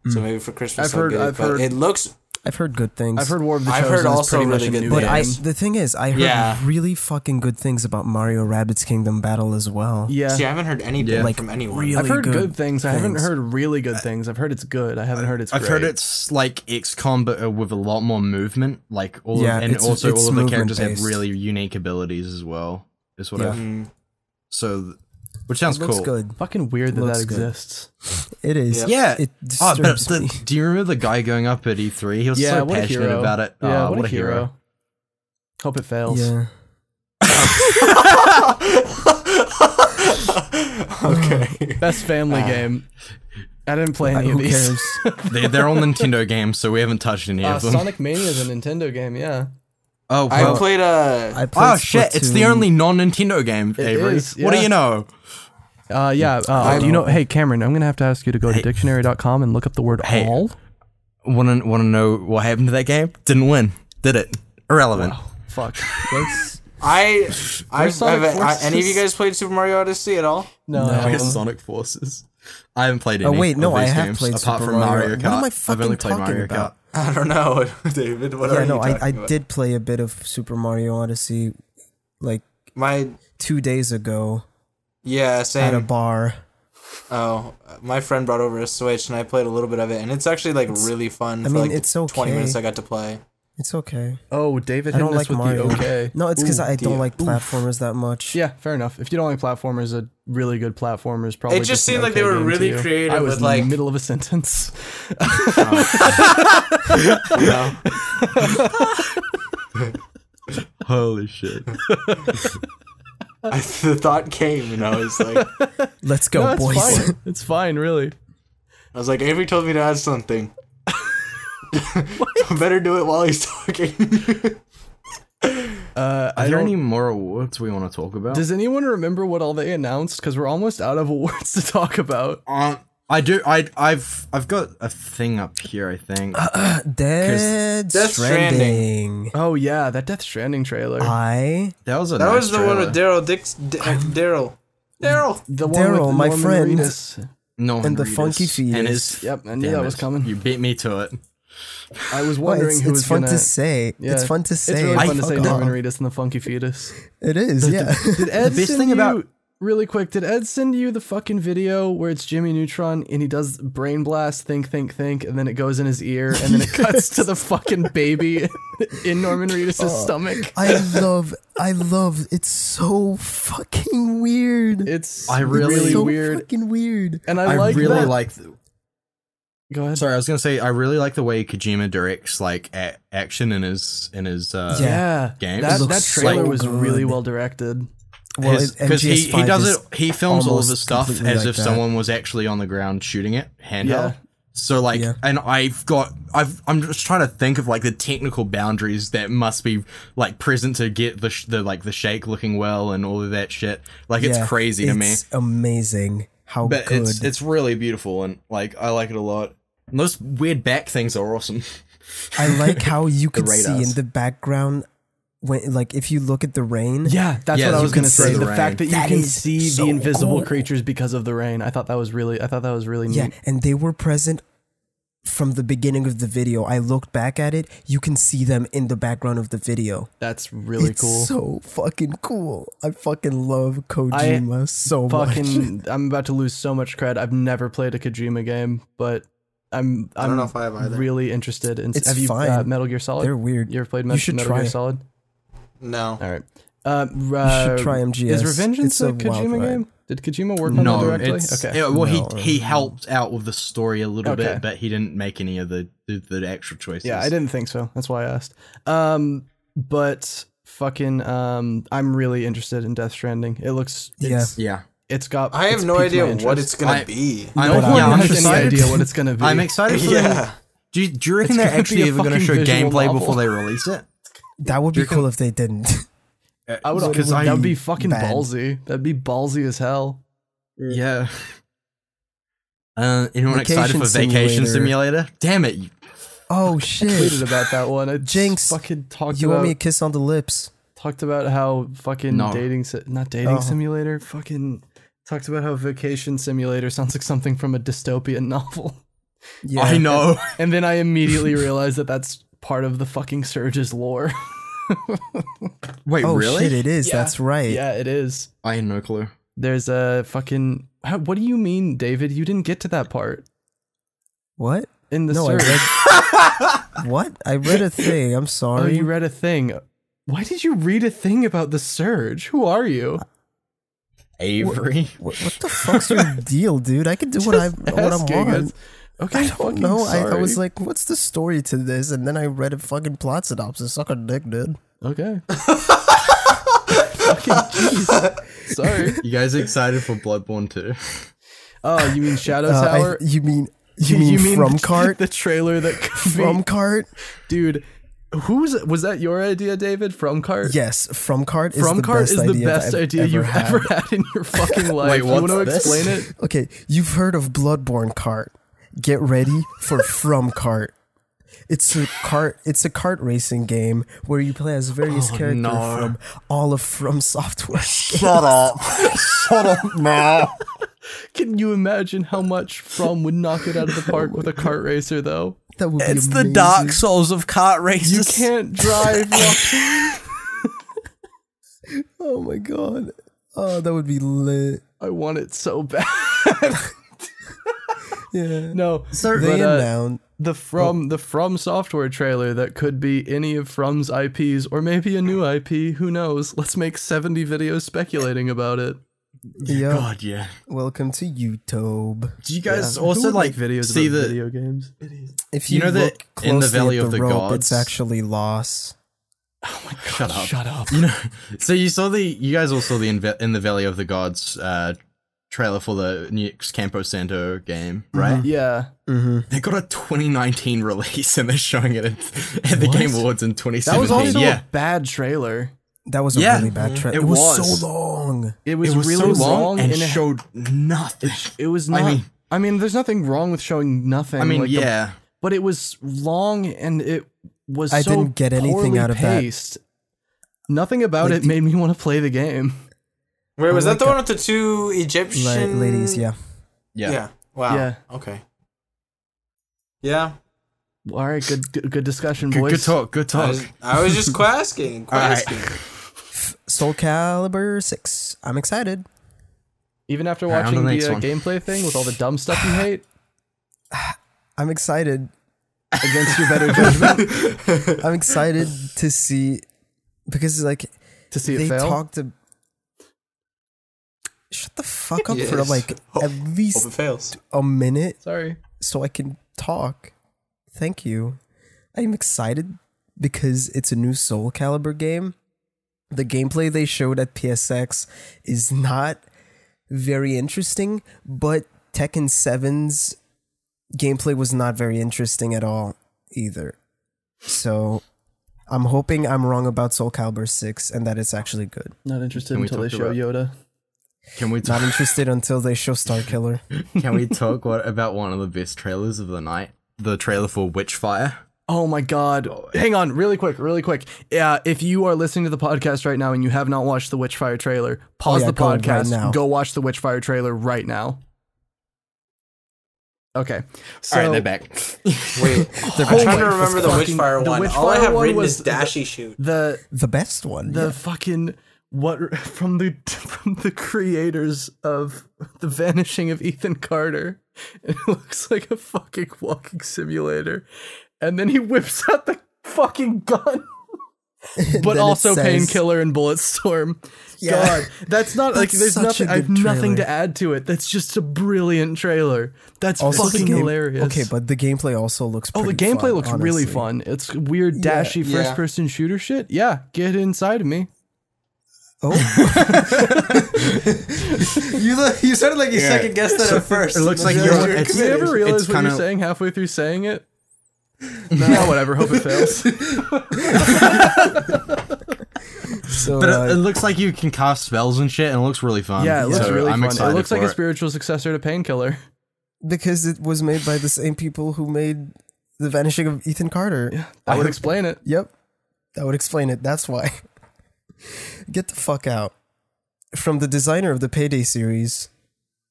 S5: So maybe for Christmas,
S2: I've
S5: I'll
S2: heard-
S5: get it,
S2: I've
S5: but
S2: heard-
S5: It looks
S1: I've heard good things.
S2: I've heard War of the
S5: I've
S2: Chosen
S5: heard
S2: is
S5: also
S2: pretty
S5: really
S2: much a
S5: good
S2: new
S1: But
S2: game.
S1: I, the thing is, I heard
S5: Yeah.
S1: really fucking good things about Mario Rabbit's Kingdom Battle as well.
S2: yeah.
S5: See, I haven't heard anything
S4: Yeah.
S5: like, from anyone.
S1: really
S2: I've heard good,
S1: good
S2: things. I haven't
S1: things.
S2: heard really good things. I've heard it's good. I haven't heard it's.
S4: I've heard
S2: great.
S4: it's like XCOM but uh, with a lot more movement. Like all
S1: Yeah,
S4: of, and
S1: it's-
S4: also
S1: it's
S4: all of the characters have
S1: movement-based.
S4: really unique abilities as well. Is what
S1: Yeah.
S4: I've
S5: Mm.
S4: So, th- which sounds
S1: It looks
S4: cool.
S1: good.
S2: fucking weird that
S1: Looks
S2: that
S1: good.
S2: exists.
S1: It is.
S4: Yeah.
S1: It
S4: Oh, but
S1: disturbs me.
S4: the, do you remember the guy going up at E3? He was
S2: Yeah,
S4: so
S2: what a
S4: passionate
S2: hero.
S4: about it. Ah,
S2: Yeah,
S4: Aw,
S2: what, a hero. Hope it fails.
S1: Yeah.
S5: okay.
S2: Best family game. I didn't play any of
S1: Who
S2: these.
S1: cares?
S4: they, they're all Nintendo games, so we haven't touched any
S2: Uh,
S4: of them.
S2: Sonic Mania is a Nintendo game. Yeah,
S4: oh,
S5: I
S4: well-
S5: played uh
S1: I played
S4: oh shit! It's the
S1: Splatoon.
S4: only non-Nintendo game, Avery.
S2: is,
S4: What do
S2: yeah.
S4: you know?
S2: uh, yeah. Uh, do you know? Hey, Cameron, I'm gonna have to ask you to go to dictionary.com and look up the word
S4: Hey.
S2: all.
S4: Want to want to know what happened to that game? Didn't win, did it? Irrelevant.
S2: Fuck.
S5: I I have
S2: Sonic
S5: uh,
S2: Forces?
S5: any of you guys played Super Mario Odyssey at all?
S2: No.
S1: No.
S4: I guess Sonic Forces. I haven't played
S1: Oh
S4: any.
S1: wait, no,
S4: of
S1: I
S4: these
S1: have
S4: games,
S1: played
S4: apart
S1: Super
S4: from Mario
S1: Mario.
S4: Kart.
S1: What am I
S4: have only
S1: fucking
S4: played Mario
S1: talking about?
S4: Kart.
S5: I don't know, David. What are
S1: Yeah,
S5: you
S1: no, I, I
S5: talking about?
S1: did play a bit of Super Mario Odyssey like
S5: My
S1: two days ago
S5: yeah,
S1: at a
S5: same.
S1: bar.
S5: Oh, my friend brought over a Switch and I played a little bit of it, and it's actually like really fun. For
S1: mean,
S5: like the
S1: it's
S5: twenty
S1: okay.
S5: minutes I got to play.
S1: It's okay.
S2: Oh, David
S1: I
S2: hit
S1: don't
S2: us
S1: like
S2: with
S1: Mario.
S2: the okay.
S1: No, it's because
S2: Ooh,
S1: I
S5: dear.
S1: don't like
S5: Oof.
S1: platformers that much.
S2: Yeah, fair enough. If you don't like platformers, a really good platformer is probably.
S5: It just
S2: an
S5: seemed like they
S2: okay
S5: were
S2: game to
S5: really
S2: you.
S5: creative
S2: I was
S5: with, like-
S2: in the middle of a sentence.
S5: You know?
S4: Holy shit!
S5: I, the thought came, and I was like,
S1: Let's go,
S2: No, it's
S1: boys.
S2: fine. It's fine, really.
S5: I was like, Avery told me to add something. I better do it while he's talking.
S2: Uh,
S4: Are
S2: I
S4: there
S2: don't.
S4: any more awards we want to talk about?
S2: Does anyone remember what all they announced? Because we're almost out of awards to talk about.
S4: Um, I do. I I've I've got a thing up here. I think.
S1: Uh, Dead
S5: Death Stranding.
S1: Stranding.
S2: Oh yeah, that Death Stranding trailer.
S1: Uh, I
S4: That was a.
S5: That
S4: nice
S5: was the one with
S4: trailer.
S5: Daryl Dix. D- uh, Daryl. Daryl.
S2: the
S1: Daryl,
S2: the
S1: my
S2: Norman
S1: friend.
S2: Reedus.
S4: Norman
S1: and the
S4: Reedus
S1: funky
S4: And
S1: fetus.
S4: his.
S2: Yep, I knew that
S4: Damn
S2: was
S4: it.
S2: coming.
S4: You beat me to it.
S2: I was
S1: Well,
S2: wondering
S1: it's,
S2: who
S1: it's
S2: was
S1: fun
S2: gonna.
S1: to say.
S2: Yeah,
S1: it's fun to say.
S2: It's really
S1: but
S2: fun to
S1: fuck
S2: say
S1: off.
S2: Norman Reedus and the Funky Fetus.
S1: It is, yeah.
S2: Did Ed
S4: best
S2: send
S4: thing
S2: you
S4: about-
S2: really quick, did Ed send you the fucking video where it's Jimmy Neutron and he does brain blast, think, think, think, and then it goes in his ear, and then it cuts to the fucking baby in Norman Reedus'
S1: Oh.
S2: stomach?
S1: I love, I love. It's so fucking weird.
S2: It's
S4: I really-
S2: really
S1: so
S2: weird,
S1: Fucking weird.
S2: and I,
S4: I,
S2: like
S4: really
S2: that.
S4: like. The,
S2: Go ahead.
S4: sorry, I was gonna say I really like the way Kojima directs like a- action in his in his uh,
S1: Yeah.
S2: Yeah,
S4: Game.
S2: that,
S4: It
S2: that
S1: looks
S2: trailer
S1: so
S2: was really
S1: good.
S2: well directed.
S1: Well, and
S4: because he, he
S1: MGS5
S4: does
S1: is
S4: it he films all of his
S1: almost
S4: stuff as
S1: completely like
S4: if
S1: that.
S4: someone was actually on the ground shooting it handheld
S2: Yeah.
S4: so like
S1: Yeah.
S4: and i've got i've i'm just trying to think of like the technical boundaries that must be like present to get the sh- the like the shake looking well and all of that shit like
S1: Yeah,
S4: it's crazy to me
S1: It's amazing how
S4: but
S1: good.
S4: it's it's really beautiful and like i like it a lot and those weird back things are awesome
S1: I like how you could see
S4: radars.
S1: in the background when, like, if you look at the rain.
S2: Yeah, that's
S4: Yeah,
S2: what I
S4: you
S2: was
S4: can
S2: gonna
S4: see
S2: say.
S4: the
S2: The
S4: rain.
S2: fact that you
S1: That
S2: can
S1: is
S2: see
S1: so
S2: the invisible
S1: cool.
S2: creatures because of the rain. I thought that was really. I thought that was really neat.
S1: Yeah, and they were present from the beginning of the video. I looked back at it. You can see them in the background of the video.
S2: That's really
S1: it's
S2: cool.
S1: so fucking cool. I fucking love Kojima so much.
S2: Fucking, I'm about to lose so much cred. I've never played a Kojima game, but I'm. I'm
S5: I don't know if I have either.
S2: Really interested in.
S1: It's
S2: have you Uh,
S1: fine.
S2: Metal Gear Solid?
S1: They're weird.
S2: You ever played
S1: You
S2: Met-
S1: should
S2: Metal
S1: try
S2: Gear
S1: it.
S2: Solid?
S5: No.
S2: All right. Uh, uh,
S1: try
S2: Is
S1: MGS.
S2: Revengeance
S1: It's
S2: a,
S1: a wild
S2: Kojima
S1: ride.
S2: game? Did Kojima work on that
S4: no
S2: directly?
S4: it's
S2: okay.
S4: yeah, well
S1: No.
S4: he he helped out with the story a little
S2: Okay.
S4: bit but he didn't make any of the the, the actual choices
S2: Yeah, I didn't think so. That's why I asked. Um, but fucking, um, I'm really interested in Death Stranding. It looks,
S1: Yeah.
S2: it's,
S4: yeah
S2: it's got.
S5: I have
S2: it's
S5: no
S2: piqued
S5: idea
S2: my
S5: what
S2: interest.
S5: it's gonna
S4: I-
S5: be.
S4: I
S2: No
S4: don't-
S2: one
S4: yeah, I'm
S2: has any
S4: excited.
S2: idea what it's gonna be.
S4: I'm excited for them-
S5: yeah.
S4: Do you, do you reckon
S2: It's
S4: they're
S2: gonna be
S4: actually
S2: a
S4: ever going to
S2: fucking
S4: show
S2: visual
S4: gameplay
S2: novel.
S4: before they release it?
S1: That would be
S4: Drinking-
S1: cool if they didn't.
S2: I would.
S4: because
S2: that would
S4: I
S2: be fucking
S1: bad.
S2: ballsy. That'd be ballsy as hell.
S5: Mm.
S4: yeah. Uh, anyone excited
S1: Vacation
S4: for Vacation
S1: Simulator.
S4: Simulator? Damn it! you-
S1: oh
S2: Tweeted
S1: shit!
S2: about that one. I
S1: Jinx,
S2: fucking talked
S1: You
S2: about
S1: owe me a kiss on the lips.
S2: talked about how fucking
S4: No.
S2: dating si- not dating
S1: Oh.
S2: simulator fucking talked about how vacation simulator sounds like something from a dystopian novel.
S1: Yeah,
S4: I know.
S2: And then I immediately realized that that's part of the fucking Surge's lore.
S4: Wait,
S1: Oh
S4: really?
S1: shit! It is.
S2: Yeah.
S1: That's right.
S2: yeah, it is.
S4: I had no clue.
S2: There's a fucking. How, what do you mean, David? You didn't get to that part
S1: What?
S2: in the
S1: No, I
S2: Surge.
S1: read. what? I read a thing. I'm
S2: oh,
S1: sorry.
S2: you read a thing. Why did you read a thing about the Surge? Who are you?
S4: Avery.
S1: What, what the fuck's your deal, dude? I can do what I what I'm
S2: Asking
S1: on.
S2: us. Okay,
S1: I don't
S2: fucking
S1: know. I, I was
S2: sorry.
S1: like, what's the story to this? And then I read a fucking plot synopsis. Suck a dick, dude.
S2: okay. fucking jeez. Sorry.
S4: You guys excited for Bloodborne 2?
S2: Oh, you mean Shadow
S1: Uh, I-
S2: Tower?
S1: you mean you mean, from
S2: the,
S1: cart?
S2: The trailer that could be-
S1: from cart?
S2: dude. Who's was that your idea, David? From cart.
S1: Yes, from cart is
S2: From
S1: the
S2: cart
S1: best
S2: is the
S1: idea that
S2: best
S1: I've
S2: idea
S1: ever
S2: you've
S1: had.
S2: ever had in your fucking life. you
S4: what's
S2: want to
S4: this?
S2: explain it?
S1: Okay, you've heard of Bloodborne cart. Get ready for From Cart. It's a cart. It's a kart racing game where you play as various characters
S4: Oh, no.
S1: from all of From Software.
S4: Shut up. Shut up now.
S2: Can you imagine how much From would knock it out of the park with a kart racer, though?
S1: That would be amazing.
S4: Souls of kart races.
S2: You can't drive. Rock-
S1: Oh my god. Oh, that would be lit.
S2: I want it so bad.
S1: Yeah.
S2: No,
S1: they
S2: but, uh,
S1: announced.
S2: the from the from software trailer that could be any of from's ips or maybe a new ip who knows let's make 70 videos speculating about it
S1: Yeah.
S4: God, yeah.
S1: Welcome to YouTube.
S4: Do you guys
S2: Yeah. Who
S4: also
S2: would
S4: like
S2: make videos
S4: see
S2: about
S4: the
S2: video games
S1: If you,
S4: You know
S1: look
S4: that
S1: closely
S4: in the Valley
S1: at
S4: of
S1: the,
S4: the
S1: rope,
S4: Gods-
S1: it's actually loss.
S4: shut up?
S2: shut up
S4: You know, so you saw the, you guys all saw the Inve- in the Valley of the Gods uh, trailer for the next Campo Santo game, right?
S2: yeah
S1: Mm-hmm.
S4: They got a 2019 release and they're showing it at, at the
S2: What?
S4: Game Awards in
S2: that
S4: 2017.
S2: was also
S4: yeah,
S2: a bad trailer
S1: That was a
S4: Yeah.
S1: really bad trend.
S4: It
S1: It, was,
S4: was.
S1: so long.
S2: it was, really
S4: so long, and
S2: and it,
S4: showed nothing.
S2: it was
S4: I
S2: not I mean,
S4: mean-
S2: there's nothing wrong with showing nothing
S4: I mean,
S2: like the-
S4: yeah,
S2: but it was long and it was
S1: I
S2: so
S1: didn't get anything
S2: poorly
S1: out of that.
S2: paced. nothing about
S1: Like
S2: it
S1: the-
S2: made me want to play the game
S5: Wait, was
S1: Oh my
S5: that the
S1: God.
S5: one with the two
S1: La-
S5: Egyptian
S1: ladies, yeah.
S4: yeah,
S5: Yeah. Wow.
S2: Yeah.
S5: Okay. Yeah.
S2: all right good good, good discussion
S4: Good,
S2: boys
S4: good talk,
S5: I
S4: good talk.
S5: was, I was just asking.
S4: All right.
S5: asking.
S1: Soul Calibur 6. I'm excited.
S2: Even after
S4: Alright, on to
S2: watching
S4: the
S2: the,
S4: next
S2: uh,
S4: one.
S2: gameplay thing with all the dumb stuff you hate
S1: I'm excited.
S2: against your better judgment
S1: I'm excited to see because like
S2: to see
S1: they
S2: it fail.
S1: talked to Shut the fuck up for
S5: Yes.
S1: like
S5: Hope-
S1: at
S2: Oh,
S5: Hope it
S1: least
S5: fails.
S1: a minute
S2: Sorry.
S1: so I can talk. Thank you. I'm excited because it's a new Soul Calibur game. The gameplay they showed at PSX is not very interesting, but Tekken 7's gameplay was not very interesting at all either. So I'm hoping I'm wrong about Soul Calibur 6 and that it's actually good.
S2: Not interested
S4: And we
S2: until they
S4: talked
S2: show Yoda.
S4: Can we
S1: Not
S4: talk?
S1: interested until they show Star Killer.
S4: can we talk what, about one of the best trailers of the night? The trailer for Witchfire.
S2: Oh my god. Hang on, really quick, really quick. Yeah, if you are listening to the podcast right now and you have not watched the Witchfire trailer, pause
S1: yeah,
S2: the
S1: go right
S2: podcast,
S1: now.
S2: go watch the Witchfire trailer right now. Okay. So,
S4: All right, they're back.
S5: Wait, I'm
S2: holy
S5: trying to remember the
S2: fucking-
S5: Witchfire
S2: the
S5: one. All I
S2: Witchfire
S5: have
S2: one
S5: written
S2: was
S5: is Dashy Shoot.
S2: the
S1: The best one.
S2: the fucking what from the from the creators of the vanishing of Ethan Carter. It looks like a fucking walking simulator, and then he whips out the fucking gun,
S1: And
S2: but
S1: then it
S2: also
S1: says-
S2: painkiller and bullet storm.
S1: Yeah.
S2: God, that's not like
S1: That's
S2: there's
S1: such a
S2: nothing. I have
S1: good
S2: nothing
S1: trailer.
S2: to add to it. That's just a brilliant trailer. That's
S1: Also, the
S2: fucking
S1: game-
S2: hilarious.
S1: Okay, but the gameplay also looks.
S2: Oh, the
S1: pretty
S2: gameplay
S1: fun,
S2: looks really
S1: honestly.
S2: fun. It's weird,
S1: Yeah.
S2: dashy
S5: Yeah.
S2: first-person shooter shit. Yeah, get inside of me.
S1: Oh,
S5: You look, you sounded like you second guessed that at first.
S4: it looks like
S5: Yeah.
S4: you're-
S5: Yeah.
S4: it's-
S2: Do you ever realize
S4: it's
S2: what
S4: kinda-
S2: you're saying halfway through saying it? No, whatever. Hope it fails.
S1: so
S4: But
S1: uh,
S4: it, it looks like you can cast spells and shit, and it looks really fun.
S2: yeah, it looks
S4: so
S2: really
S4: I'm
S2: fun.
S4: Excited
S2: It looks like
S4: for
S2: a spiritual successor to Painkiller.
S1: because it was made by the same people who made the Vanishing of Ethan Carter.
S2: I would explain it.
S1: Yep, that would explain it. That's why. Get the fuck out from the designer of the Payday series.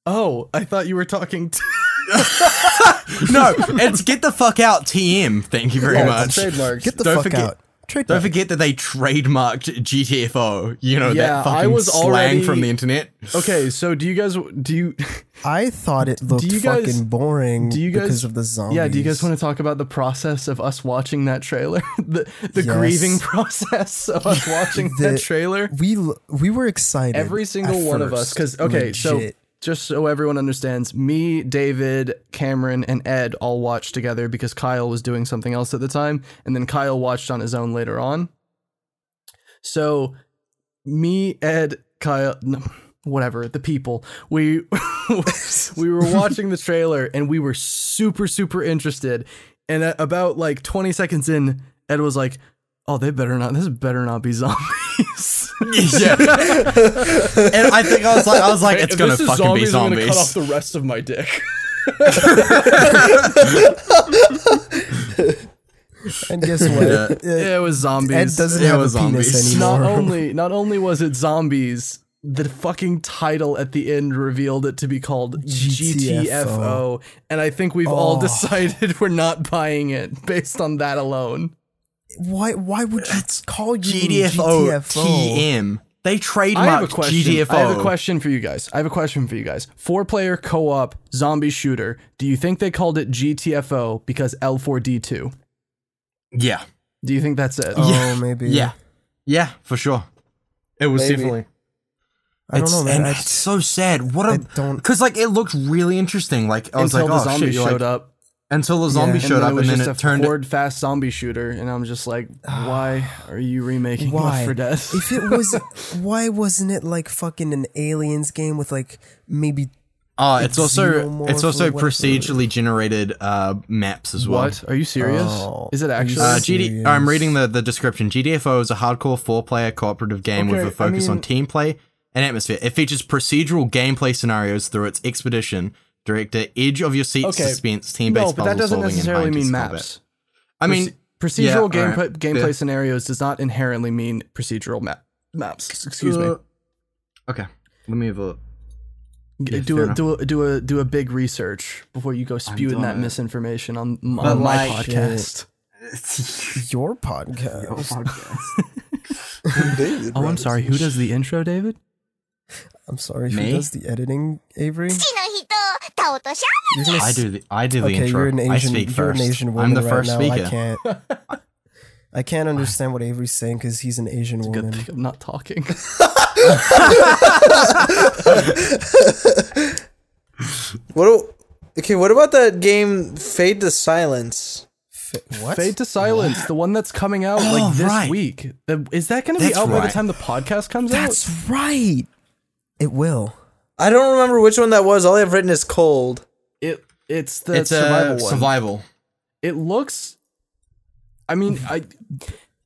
S2: Oh, I thought you were talking. To-
S4: No, it's get the fuck out, TM. Thank you very much.
S2: trademarks.
S1: Get the
S4: Don't
S1: fuck
S4: forget-
S1: out. Trademark.
S4: Don't forget that they trademarked GTFO. You know
S2: Yeah, I
S4: that fucking
S2: was
S4: slang
S2: already-
S4: from the internet.
S2: okay, so do you guys do you
S1: I thought it looked
S2: you guys-
S1: fucking boring
S2: do you guys
S1: because of the zombies.
S2: Yeah, do you guys want to talk about the process of us watching that trailer? the the
S1: Yes.
S2: grieving process of us watching
S1: The-
S2: that trailer.
S1: We l- we were excited.
S2: Every single
S1: at
S2: one of us.
S1: first.
S2: Because, okay, so
S1: Legit.
S2: just so everyone understands, me, David, Cameron, and Ed all watched together because Kyle was doing something else at the time. And then Kyle watched on his own later on. So, me, Ed, Kyle, no, whatever, the people, we, we were watching the trailer and we were super, super interested. And at about like 20 seconds in, Ed was like, Oh, they better not. This better not be zombies.
S4: yeah. and I think I was like, I was like, it's
S2: If
S4: gonna
S2: this is
S4: fucking be
S2: I'm gonna cut off
S4: zombies.
S2: the rest of my dick.
S1: and guess what?
S2: it was zombies.
S1: Ed doesn't
S4: It
S1: have a
S4: was
S1: penis
S4: zombies.
S1: anymore.
S2: not only not only was it zombies. The fucking title at the end revealed it to be called GTFO,
S1: GTFO,
S2: and I think we've all
S1: Oh.
S2: decided we're not buying it based on that alone.
S1: Why? Why would you call you
S4: GTFO,
S1: GTFO?
S4: TM. They trademarked
S2: I have a question.
S4: GTFO.
S2: I have a question for you guys. I have a question for you guys. Four player co op zombie shooter. Do you think they called it GTFO because L4D2?
S4: Yeah,
S2: Do you think that's it?
S1: Oh, maybe.
S4: yeah, yeah, for sure. It was
S5: Maybe.
S4: definitely.
S1: I don't know, man.
S4: And
S1: I,
S4: it's so sad. What a
S1: I don't-
S4: because like it looked really interesting. Like I was
S2: Until
S4: like,
S2: the
S4: oh shit,
S2: zombies
S4: you're
S2: showed
S4: like,
S2: up.
S4: until the zombie
S1: and
S4: showed up, and then it turned.
S2: horde fast zombie shooter, and I'm just like, why are you remaking
S1: why?
S2: Left for Dead?
S1: if it was, why wasn't it like fucking an aliens game with like maybe?
S4: Oh, it's also
S1: Xenomorph
S4: it's
S1: or
S4: also
S1: whatever.
S4: procedurally generated uh, maps as well.
S2: what? Are you serious?
S1: Oh,
S2: Is it
S1: are you
S2: actually?
S4: Uh,
S1: That's
S4: GD-
S1: serious.
S4: I'm reading the, the description. GDFO is a hardcore four player cooperative game
S2: Okay,
S4: with
S2: I
S4: a focus
S2: mean-
S4: on team play and atmosphere. It features procedural gameplay scenarios through its expedition, director, edge of your seat
S2: Okay.
S4: suspense, team based
S2: no, but that doesn't necessarily mean maps.
S4: I mean, yeah,
S2: Procedural
S4: all
S2: game
S4: right,
S2: gameplay
S4: fair.
S2: scenarios does not inherently mean procedural map maps. Excuse me.
S4: Uh, Okay, let me have a.
S2: G-
S4: yeah,
S2: do
S4: fair
S2: a
S4: enough.
S2: do a do a do a big research before you go spewing
S4: doing
S2: that
S4: it.
S2: misinformation on, on my
S4: But like-
S2: podcast.
S1: Your podcast.
S2: Oh, I'm sorry. Who does the intro, David?
S1: I'm sorry.
S4: Me?
S1: Who does the editing, Avery?
S6: の人倒落とし
S1: You're gonna
S4: I
S1: s-
S4: do the I do the
S1: okay,
S4: intro.
S1: you're an Asian.
S4: I speak
S1: you're
S4: first.
S1: an Asian woman
S4: I'm the first
S1: right
S4: speaker.
S1: Now. I can't. I can't understand what Avery's saying because he's an Asian
S2: Good
S1: woman.
S2: thing I'm not talking.
S5: What? do- okay, what about that game Fade to Silence?
S1: What?
S2: Fade to Silence, the one that's coming out
S4: Oh,
S2: like this
S4: right.
S2: week. The- Is that going to be
S4: That's
S2: out by
S4: right.
S2: the time the podcast comes out?
S1: That's right. It will.
S5: I don't remember which one that was. All I've written is cold.
S2: It it's the
S4: It's
S2: survival
S4: a
S2: one.
S4: survival.
S2: it looks. I mean, I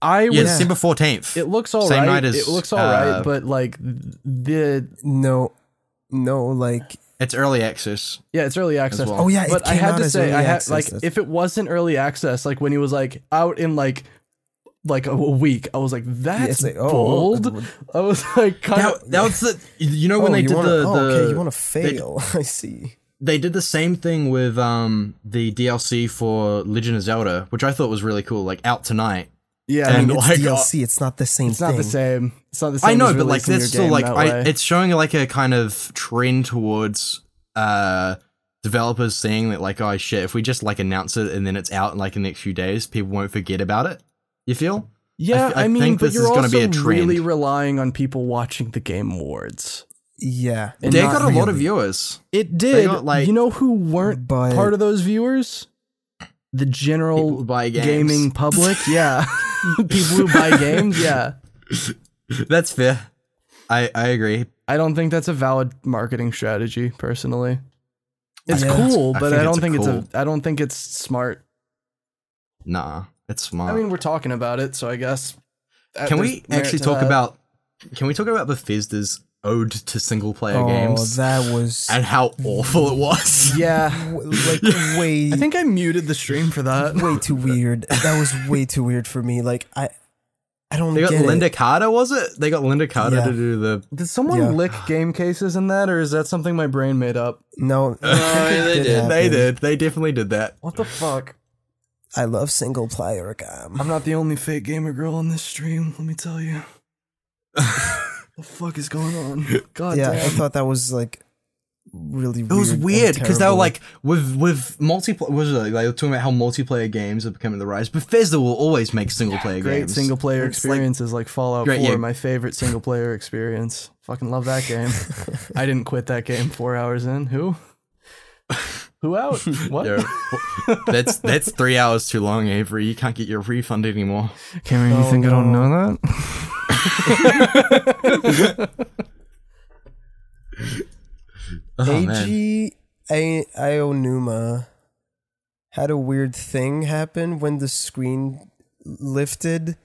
S2: I
S4: Yeah,
S2: was.
S4: December fourteenth.
S2: It looks all right.
S4: Same night as,
S2: it looks all right,
S4: uh,
S2: but like the
S1: No, no. Like
S4: It's early access.
S2: yeah, it's early access.
S4: well.
S1: Oh, yeah, it
S2: but I
S1: came
S2: had
S1: out
S2: to
S1: as
S2: say,
S1: early
S2: I had
S1: access,
S2: like
S1: that's-
S2: if it wasn't early access, like when he was like out in like like a a week, I was like, that's
S1: it's like, oh,
S2: bold. I was like, kind of.
S4: That, that was the you know when
S1: oh,
S4: they
S1: you
S4: did
S1: wanna,
S4: the,
S1: oh,
S4: the
S1: okay, you want to fail? I see.
S4: they did the same thing with um the DLC for Legend of Zelda, which I thought was really cool. Like out tonight.
S2: Yeah,
S4: And
S2: I mean,
S4: Oh
S1: It's
S4: my God.
S1: DLC. It's not the same
S2: it's
S1: thing.
S2: not the same. It's not the same.
S4: I know,
S2: as
S4: but like
S2: releasing
S4: that's
S2: your
S4: still
S2: game
S4: like
S2: that
S4: I,
S2: way.
S4: it's showing like a kind of trend towards uh developers saying that like oh shit if we just like announce it and then it's out in like the next few days people won't forget about it. You feel?
S2: yeah.
S4: I
S2: I mean,
S4: think
S2: but
S4: this
S2: you're
S4: is gonna be
S2: also
S4: a trend.
S2: really relying on people watching the Game Awards.
S1: Yeah.
S2: And
S4: they
S2: not
S4: got a lot of
S1: really.
S4: viewers.
S2: It did.
S4: got, like-
S2: you know who weren't
S1: But-
S2: part of those viewers? The general
S4: People buy games.
S2: gaming public. Yeah, people who buy games. Yeah,
S4: That's fair. I I agree.
S2: I don't think that's a valid marketing strategy. Personally, it's
S1: Yeah.
S2: cool,
S4: I
S2: but
S4: think
S2: I don't
S4: it's a
S2: think
S4: cool-
S2: it's a. I don't think it's smart.
S4: Nah, it's smart.
S2: I mean, we're talking about it, so I guess. that-
S4: can
S2: there's
S4: we
S2: merit
S4: actually
S2: to
S4: talk
S2: that.
S4: about? Can we talk about Bethesda's ode to single player
S1: oh,
S4: games
S1: that was
S4: and how awful it was?
S2: Yeah,
S1: w- like way
S2: I think I muted the stream for that.
S1: way too weird. That was way too weird for me. Like I, I don't
S4: They got
S1: get it.
S4: Linda Carter, was it? They got Linda Carter
S1: Yeah.
S4: to do the.
S2: Did someone
S1: Yeah.
S2: lick game cases in that, or is that something my brain made up?
S1: No,
S5: they did.
S1: happen.
S4: Oh, They did. They definitely did that.
S2: What the fuck?
S1: I love single player game.
S2: I'm not the only fake gamer girl on this stream, let me tell you. the fuck is going on? God
S1: yeah, I
S2: damn.
S1: thought that was like really.
S4: It was weird because they were
S1: terrible.
S4: like, with with multiplayer. Was it like they were talking about how multiplayer games are becoming the rise? Bethesda will always make single player
S2: Great
S4: games.
S2: single player
S1: Looks like-
S2: experiences like Fallout
S4: Great,
S2: 4,
S4: yeah.
S2: my favorite single player experience. Fucking love that game. I didn't quit that game four hours in. Who? Who out? What?
S4: Yeah. that's that's three hours too long, Avery. You can't get your refund anymore.
S2: Cameron,
S1: you Oh, think I don't no.
S2: know that?
S4: Oh, man.
S1: Eiji A- Ionuma had a weird thing happen when the screen lifted,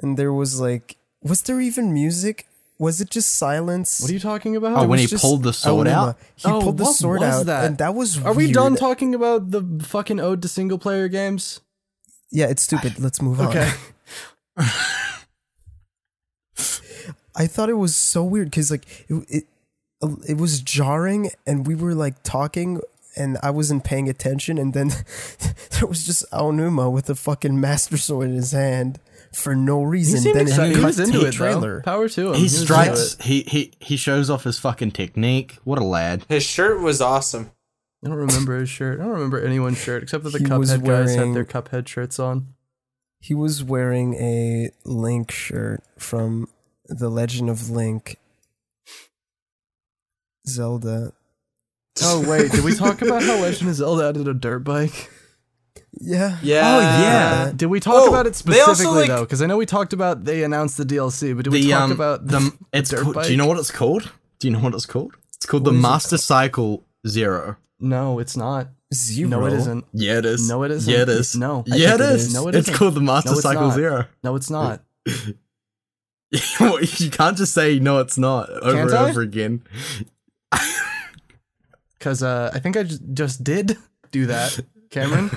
S1: and there was like, was there even music? Was it just silence?
S2: What are you talking
S4: Oh,
S2: about?
S4: when he
S1: Just
S4: pulled the sword
S1: Ionuma.
S4: out.
S1: He
S2: Oh,
S1: pulled the
S2: what
S1: sword
S2: was
S1: out,
S2: that?
S1: and that was.
S2: Are we
S1: weird.
S2: done talking about the fucking ode to single player games?
S1: Yeah, it's stupid. Let's move on.
S2: Okay.
S1: I thought it was so weird because like it, it it was jarring, and we were like talking, and I wasn't paying attention, and then there was just Aonuma with a fucking master sword in his hand for no
S2: He
S1: reason.
S2: seemed
S1: then
S2: excited.
S1: it
S2: He
S1: cut
S2: was
S1: to
S2: into
S1: the
S2: it,
S1: trailer.
S2: though. Power to him.
S4: He
S2: was into
S4: strikes.
S2: it.
S4: He he he shows off his fucking technique. What a lad.
S5: His shirt was awesome.
S2: I don't remember his shirt. I don't remember anyone's shirt except that the
S1: He was
S2: Cuphead guys had their
S1: wearing-
S2: Cuphead shirts on.
S1: He was wearing a Link shirt from The Legend of Link. Zelda.
S2: Oh wait, did we talk about how Legend of Zelda added a dirt bike?
S1: Yeah.
S5: Yeah.
S1: Uh,
S4: yeah.
S2: Did we talk
S5: Oh,
S2: about it
S5: they also,
S2: specifically though? 'Cause
S5: like-
S2: though? Because I know we talked about they announced the DLC, but did we
S4: the
S2: talk
S4: um
S2: about
S4: the it's
S2: dirt
S4: called-
S2: bike?
S4: do you know what it's called? Do you know what it's called? It's called
S2: What
S4: the
S2: is it
S4: Master Cycle Zero.
S2: No, it's not.
S1: Zero.
S2: No, it isn't.
S4: Yeah, it is.
S2: No, it isn't.
S4: Yeah, it is.
S2: No. I
S4: Yeah, it
S1: think it
S4: is.
S1: is.
S2: No, it
S4: it's
S2: isn't.
S4: called the Master
S2: No, it's
S4: Cycle
S2: not.
S4: Zero.
S2: No, it's not.
S4: you can't just say no, it's not over
S2: Can't
S4: and
S2: I?
S4: over again.
S2: Because uh, I think I just, just did do that, Cameron.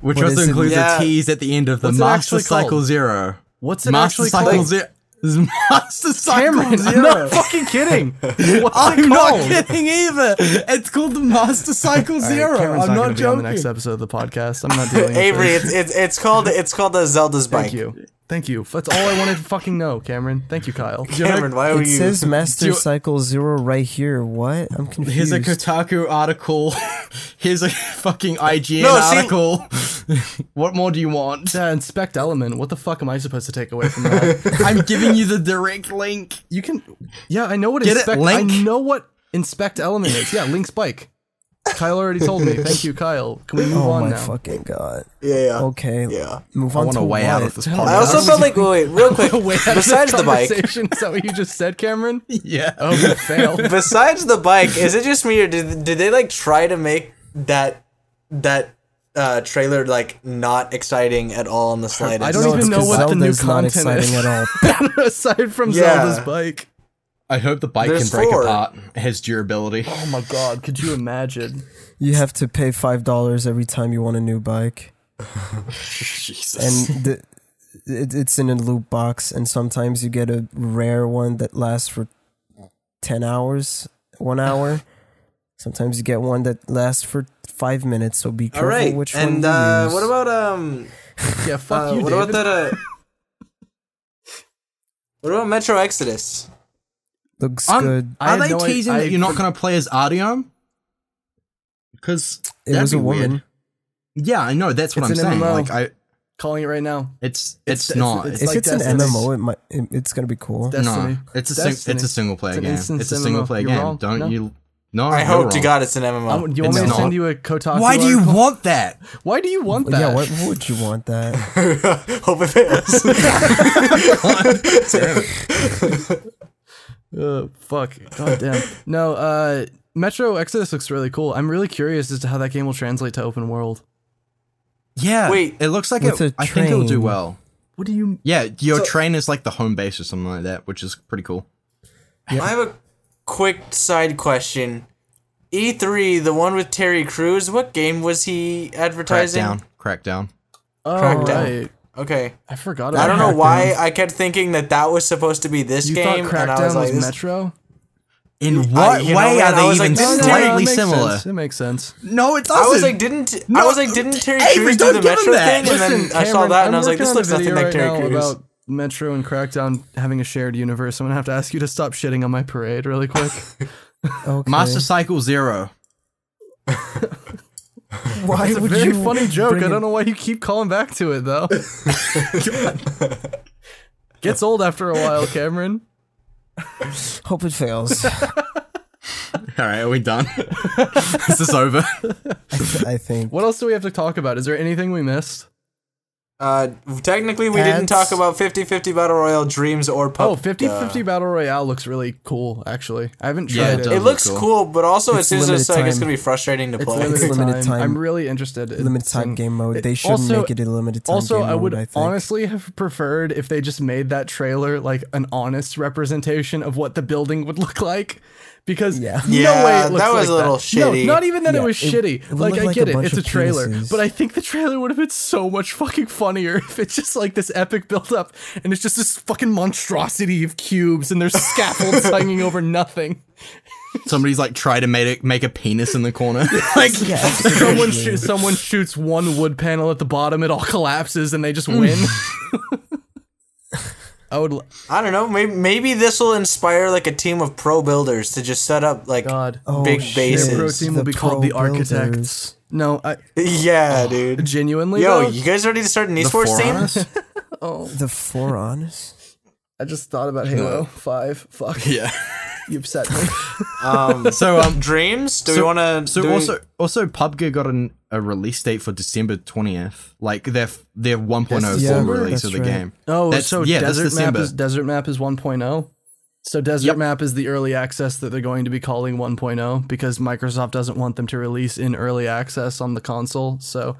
S4: Which
S1: What
S4: also
S1: is it?
S4: includes
S5: Yeah.
S4: a tease at the end of the
S2: What's it
S4: Master
S2: actually
S4: Cycle
S2: called?
S4: Zero.
S2: What's it
S4: Master
S2: actually
S4: Cycle
S2: called?
S4: Zero. It's Master Cycle
S2: Cameron, I'm
S4: Zero.
S2: not fucking kidding. What's it called?
S4: I'm not kidding either. It's called the Master Cycle Zero.
S2: Cameron's not,
S4: I'm
S2: gonna be
S4: not
S2: on
S4: joking.
S2: the next episode of the podcast. I'm not dealing with
S5: Avery,
S2: this.
S5: it's, it's it's called it's called the Zelda's bike.
S2: Thank you. Thank you. That's all I wanted to fucking know, Cameron. Thank you, Kyle.
S5: Cameron, why were
S1: It
S5: you?
S1: says Master
S4: you-
S1: Cycle Zero right here. What? I'm
S4: Here's
S1: confused.
S4: a Kotaku article. Here's a fucking IGN
S5: No, see-
S4: article. what more do you want?
S2: Yeah, inspect element. What the fuck am I supposed to take away from that?
S4: I'm giving you the direct link.
S2: you can. Yeah, I know what
S4: Get it,
S2: inspect.
S4: Link?
S2: I know what inspect element is. Yeah, Link's bike. Kyle already told me. Thank you, Kyle. Can we move
S1: oh
S2: on
S1: my
S2: now?
S1: fucking god.
S5: yeah, yeah.
S1: Okay.
S5: Yeah.
S1: Move
S4: I
S1: on
S4: want
S1: to
S4: a way
S1: what?
S4: out of this
S5: I
S4: podcast.
S5: also felt like Oh, wait, wait, real quick.
S2: Way out of this
S5: besides the bike,
S2: conversation, Is that what you just said, Cameron?
S4: yeah.
S2: Oh, you failed.
S5: besides the bike, is it just me or did did they like try to make that that uh trailer like not exciting at all in the slightest?
S2: I don't
S1: No,
S2: even
S1: it's
S2: know
S1: 'cause
S2: what the new
S1: Zelda's not
S2: content
S1: exciting
S2: is.
S1: at all.
S2: Aside from
S5: Yeah.
S2: Zelda's bike.
S4: I hope the bike
S5: There's
S4: can break
S5: four.
S4: apart. It has durability.
S2: Oh my god, could you imagine?
S1: You have to pay five dollars every time you want a new bike,
S4: Jesus.
S1: and the, it, it's in a loot box. And sometimes you get a rare one that lasts for ten hours, one hour. Sometimes you get one that lasts for five minutes. So be
S5: All
S1: careful
S5: right.
S1: which one
S5: and
S1: you
S5: uh,
S1: use.
S5: what about um?
S2: Yeah, fuck
S5: uh,
S2: you,
S5: what
S2: David.
S5: about that? Uh, what about Metro Exodus?
S1: looks
S4: Aren't-
S1: good.
S2: I
S4: Are
S2: had
S4: they
S2: no i-
S4: teasing
S2: I-
S4: that you're not going to play as Artyom? Because
S1: It was a woman.
S4: Yeah, I know. That's what
S2: It's
S4: I'm
S2: an
S4: saying.
S2: MMO.
S4: Like I,
S2: Calling it right now.
S4: it's it's,
S2: it's-
S4: not.
S2: it's
S4: It's,
S1: If
S2: like
S1: it's an
S2: Destiny.
S1: MMO, it might it, it's gonna be cool.
S2: Destiny.
S4: no. It's a sing,
S2: Destiny.
S4: it's a single player
S2: It's an
S4: game. It's
S2: instance
S4: a single
S2: MMO.
S4: player
S2: You're
S4: game.
S2: wrong.
S4: Don't
S2: No.
S4: you? No,
S5: I
S4: you're
S5: hope to
S4: wrong.
S5: God it's an MMO.
S2: I, you want
S4: It's
S2: me to
S4: not.
S2: send you a Kotaku?
S4: Why do you
S2: article?
S4: want that?
S2: Why do you want that?
S1: Yeah, why would you want that?
S5: hope it fails.
S2: Uh, fuck. God damn. No, uh, Metro Exodus looks really cool. I'm really curious as to how that game will translate to open world.
S4: Yeah.
S5: Wait.
S4: It looks like
S1: With
S4: it.
S1: a
S4: I think it'll do
S1: train.
S4: well.
S2: What do you?
S4: Yeah, your train is like the home base or something like that, which is pretty cool.
S5: I have a quick side question. E3, the one with Terry Crews, what game was he advertising?
S4: Crackdown. Crackdown.
S2: Oh,
S5: Crackdown.
S2: right.
S5: Okay.
S2: I forgot. About
S5: I don't know
S2: Crackdown.
S5: why I kept thinking that that was supposed to be this
S2: You
S5: game,
S2: thought
S5: and I
S2: Crackdown
S5: was like,
S2: was
S5: this-
S2: Metro?
S4: In what
S5: you know
S4: way
S5: what?
S4: are
S5: I
S4: they
S5: was like,
S4: even
S5: this is
S2: No, no, no, it
S4: slightly
S2: makes
S4: similar?
S2: sense. It makes sense.
S4: No, it doesn't.
S5: I was like, didn't
S4: No,
S5: I was like, didn't Terry
S4: Avery,
S5: Crews do
S4: don't
S5: the
S4: give him
S5: Metro
S4: that.
S5: thing? And then
S2: Listen,
S5: I saw
S2: Cameron,
S5: that,
S2: I'm
S5: and I was
S2: working
S5: like, this
S2: on a
S5: looks nothing
S2: video
S5: like
S2: right
S5: Terry
S2: now
S5: Crews.
S2: About Metro and Crackdown having a shared universe. I'm gonna have to ask you to stop shitting on my parade really quick.
S1: Okay.
S4: Master Cycle Zero.
S1: why
S2: It's a
S1: would
S2: very
S1: you
S2: funny joke.
S1: bring
S2: I
S1: it
S2: don't know why you keep calling back to it though. Gets old after a while, Cameron.
S1: Hope it fails.
S4: All right, are we done? is this over?
S1: I think.
S2: What else do we have to talk about? Is there anything we missed?
S5: Uh, technically, we didn't
S1: That's-
S5: talk about 50-50 Battle Royale Dreams or Pup.
S2: Oh, 50
S1: uh,
S2: 50 Battle Royale looks really cool, actually. I haven't
S4: Yeah,
S2: tried
S4: it
S2: it.
S4: does.
S5: It looks
S4: Cool.
S5: cool. but also it
S1: It's
S5: seems just
S1: limited
S5: like it's
S1: time.
S5: gonna be frustrating to play.
S1: limited
S2: Limited
S1: limited time.
S2: I'm really interested. in-
S1: limited time game mode.
S2: It-
S1: They shouldn't
S2: also-
S1: make it a limited time
S2: Also,
S1: game
S2: I would
S1: mode, I think.
S2: honestly have preferred if they just made that trailer like an honest representation of what the building would look like. Because
S1: Yeah.
S2: no
S5: Yeah,
S2: way it looks
S5: that was
S2: like
S5: a little shitty.
S2: No, not even that it
S1: Yeah,
S2: was
S1: it-
S2: shitty.
S1: it would
S2: like
S1: look
S2: I
S1: like
S2: get
S1: a
S2: it,
S1: bunch
S2: it's a
S1: of
S2: trailer,
S1: penises.
S2: but I think the trailer would have been so much fucking funnier if it's just like this epic buildup and it's just this fucking monstrosity of cubes and there's scaffolds hanging over nothing.
S4: Somebody's like try to make it, make a penis in the corner. like
S2: Someone shoots someone shoots one wood panel at the bottom, it all collapses and they just win. I would l-
S5: I don't know. Maybe maybe this will inspire like a team of pro builders to just set up like
S2: God.
S5: big
S1: Oh, shit.
S5: bases.
S2: Their pro team
S1: The
S2: will be called Oh, the
S1: pro
S2: Architects.
S1: builders.
S2: No, I
S5: Yeah, dude.
S2: genuinely
S5: Yo,
S2: though,
S5: you guys ready to start an
S4: the
S5: esports team?
S4: forearms?
S1: The four honest.
S2: I just thought about Halo Five. Fuck,
S4: Yeah.
S2: you upset me.
S5: Um,
S4: So um,
S5: dreams? Do we
S4: So-
S5: want to?
S4: So also, also PUBG got an, a release date for December twentieth, like their f- their one
S1: December?
S4: release
S1: That's
S4: of the
S1: right.
S4: game.
S2: Oh,
S4: That's-
S2: so
S4: yeah, that's
S2: desert map
S4: December.
S2: is desert map is 1.0. So desert
S4: Yep.
S2: map is the early access that they're going to be calling 1.0 because Microsoft doesn't want them to release in early access on the console. So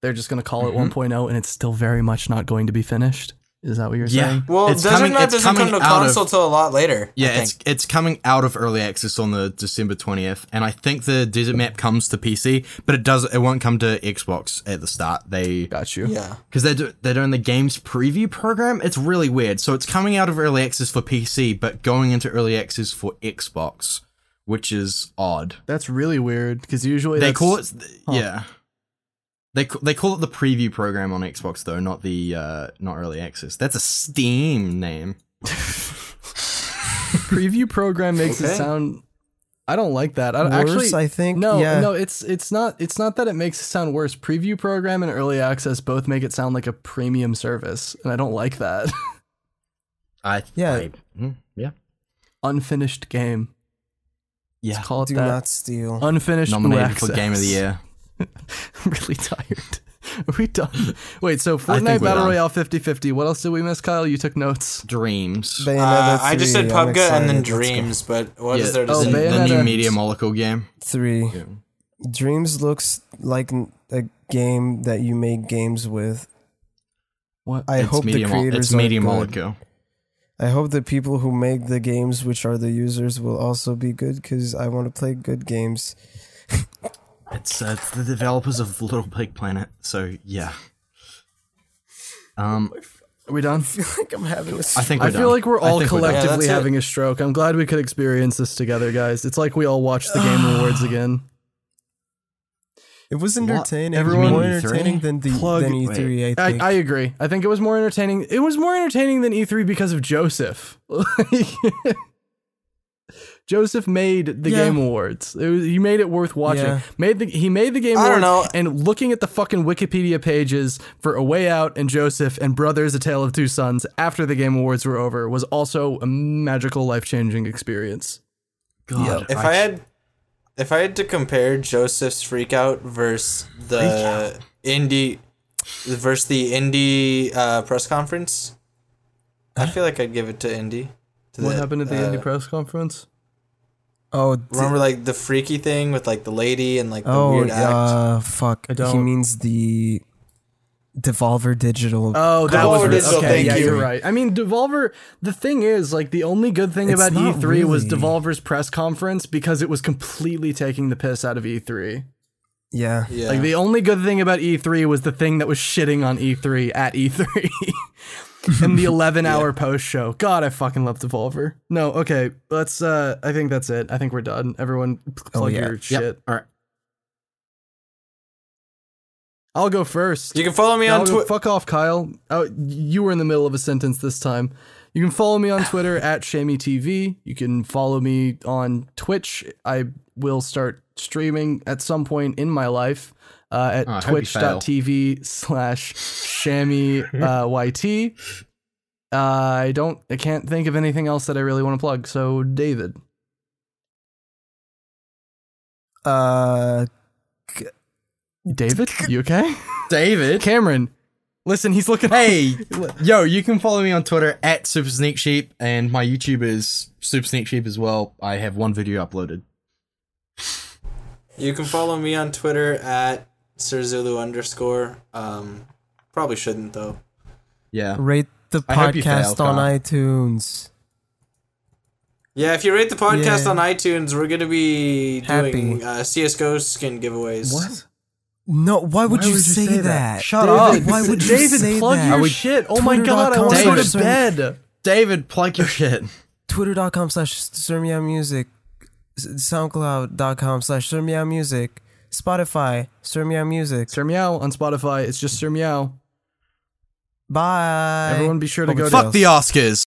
S2: they're just going to
S4: Mm-hmm.
S2: call it 1.0 and it's still very much not going to be finished. Is that what you're saying?
S5: well,
S4: It's
S5: Desert
S4: coming-
S5: Map
S4: it's
S5: doesn't come
S4: coming
S5: to
S4: out of-
S5: console till a lot later. I
S4: Yeah,
S5: think.
S4: it's it's coming out of early access on the December twentieth, and I think the desert map comes to PC, but it does it won't come to Xbox at the start. They
S2: Got you.
S5: yeah.
S4: because they're do, they're doing the game's preview program. It's really weird. So it's coming out of early access for PC, but going into early access for Xbox, which is odd.
S2: That's really weird because usually
S4: They
S2: that's-
S4: call it yeah. They ca- they call it the preview program on Xbox though, not the uh, not early access. That's a Steam name.
S2: preview program makes it
S5: Okay.
S2: sound. I don't like that. I don't,
S1: Worse,
S2: actually,
S1: I think.
S2: No,
S1: yeah.
S2: no, it's it's not it's not that it makes it sound worse. Preview program and early access both make it sound like a premium service, and I don't like that.
S4: I
S1: Yeah.
S4: I- mm, yeah
S2: Unfinished game.
S4: yeah.
S2: Let's call it
S1: Do
S2: that. Uh,
S1: not steal.
S2: Unfinished
S4: Nominated
S2: access.
S4: for Game of the Year.
S2: I'm really tired. Are we done? Wait, so
S4: think
S2: Fortnite
S4: we're
S2: Battle
S4: done.
S2: Royale 50-50. What else did we miss, Kyle? You took notes.
S4: Dreams.
S1: Bayonetta
S5: Uh, I just said
S1: three, I'm
S5: PUBG and
S1: excited.
S5: then
S1: Let's go.
S5: Dreams, but what is
S4: Yeah,
S5: there to
S2: Oh,
S4: the,
S5: say?
S2: man.
S4: the new
S2: Bayonetta.
S4: Media Molecule game.
S1: Three.
S4: Yeah.
S1: Dreams looks like n- a game that you make games with.
S2: What?
S1: I
S4: it's
S1: hope
S4: Media,
S1: the
S4: Mo-
S1: creators
S4: it's
S1: are
S4: Media
S1: good.
S4: Molecule.
S1: I hope the people who make the games, which are the users, will also be good because I want to play good games.
S4: It's, uh, it's the developers of Little Big Planet. So yeah. Um,
S2: Are we done?
S1: I feel like I'm having a
S4: I think we're
S2: I feel
S4: done.
S2: like we're
S4: I
S2: all
S4: think done.
S5: Yeah,
S2: collectively
S5: that's it.
S2: having a stroke. I'm glad we could experience this together, guys. It's like we all watched the Game Awards again.
S1: It was
S4: What?
S1: entertaining.
S4: Everyone-
S1: more
S4: You mean
S1: entertaining
S4: E3?
S1: than the
S2: Plug-
S1: than E3. I
S2: I,
S1: think.
S2: I agree. I think it was more entertaining. It was more entertaining than E3 because of Joseph. Like, Joseph made the
S1: Yeah.
S2: Game Awards. It was, he made it worth watching.
S1: Yeah.
S2: Made the he made the Game
S5: I
S2: Awards
S5: don't
S2: and looking at the fucking Wikipedia pages for A Way Out and Joseph and Brothers: A Tale of Two Sons after the Game Awards were over was also a magical, life changing experience.
S4: God,
S5: If I had, if I had to compare Joseph's Freakout versus the indie, versus the indie uh, press conference, I feel like I'd give it to indie. To
S2: What
S5: the,
S2: happened at the
S5: uh,
S2: indie press conference?
S1: oh, d-
S5: Remember, like the freaky thing with like the lady and like the
S1: oh,
S5: weird act.
S1: uh, fuck.
S2: I don't-
S1: He means the Devolver Digital.
S2: Oh, that
S5: Devolver
S2: was right.
S5: Digital,
S2: okay.
S5: thank
S2: yeah,
S5: you.
S2: are right. I mean, Devolver. The thing is, like, the only good thing
S1: It's
S2: about
S1: not
S2: E3 was
S1: really-
S2: Devolver's press conference because it was completely taking the piss out of E3.
S1: yeah.
S5: yeah.
S2: Like, the only good thing about E3 was the thing that was shitting on E3 at E3, and the 11-hour post show. God, I fucking love Devolver. No, okay, let's. uh I think that's it. I think we're done. Everyone, p- plug
S1: Oh, yeah.
S2: your
S4: Yep.
S2: shit.
S4: All right.
S2: I'll go first.
S5: you can follow me on
S2: Now,
S5: Twitter.
S2: Fuck off, Kyle. Oh, you were in the middle of a sentence this time. You can follow me on Twitter at ShammyTV. You can follow me on Twitch. I will start streaming at some point in my life uh, at
S4: Oh, I hope you fail.
S2: twitch.tv slash ShammyYT. Uh, I don't, I can't think of anything else that I really want to plug. So, David.
S1: Uh,
S2: David? You okay?
S4: David.
S2: Cameron. Listen, he's looking.
S4: Hey, yo, you can follow me on Twitter at Super Sneak Sheep, and my YouTube is Super Sneak Sheep as well. I have one video uploaded.
S5: You can follow me on Twitter at sirzulu underscore. Um, probably shouldn't though.
S4: Yeah.
S1: rate the
S4: I hope you
S1: podcast
S4: fail,
S1: on
S4: Kyle.
S1: iTunes.
S5: Yeah, if you rate the podcast
S1: Yeah.
S5: on iTunes, we're gonna be
S1: Happy.
S5: doing uh, CS:GO skin giveaways.
S2: What?
S1: No, why would, you, say that?
S4: Shut
S2: David,
S4: up.
S1: Why would you
S2: David,
S1: say
S2: plug
S1: that?
S2: your
S1: I would-
S2: shit. Oh my god, I
S1: Twitter.com
S2: want to go to
S1: slash-
S2: bed.
S4: David, plug your shit.
S1: Twitter.com slash Sermia Music, S- SoundCloud.com slash Sermia Music, Spotify, Sermia Music.
S2: Sir Meow on Spotify. It's just Sir Meow.
S1: Bye.
S2: Everyone be sure to
S1: Oh,
S2: go to
S1: fuck
S4: Fuck the Oscars.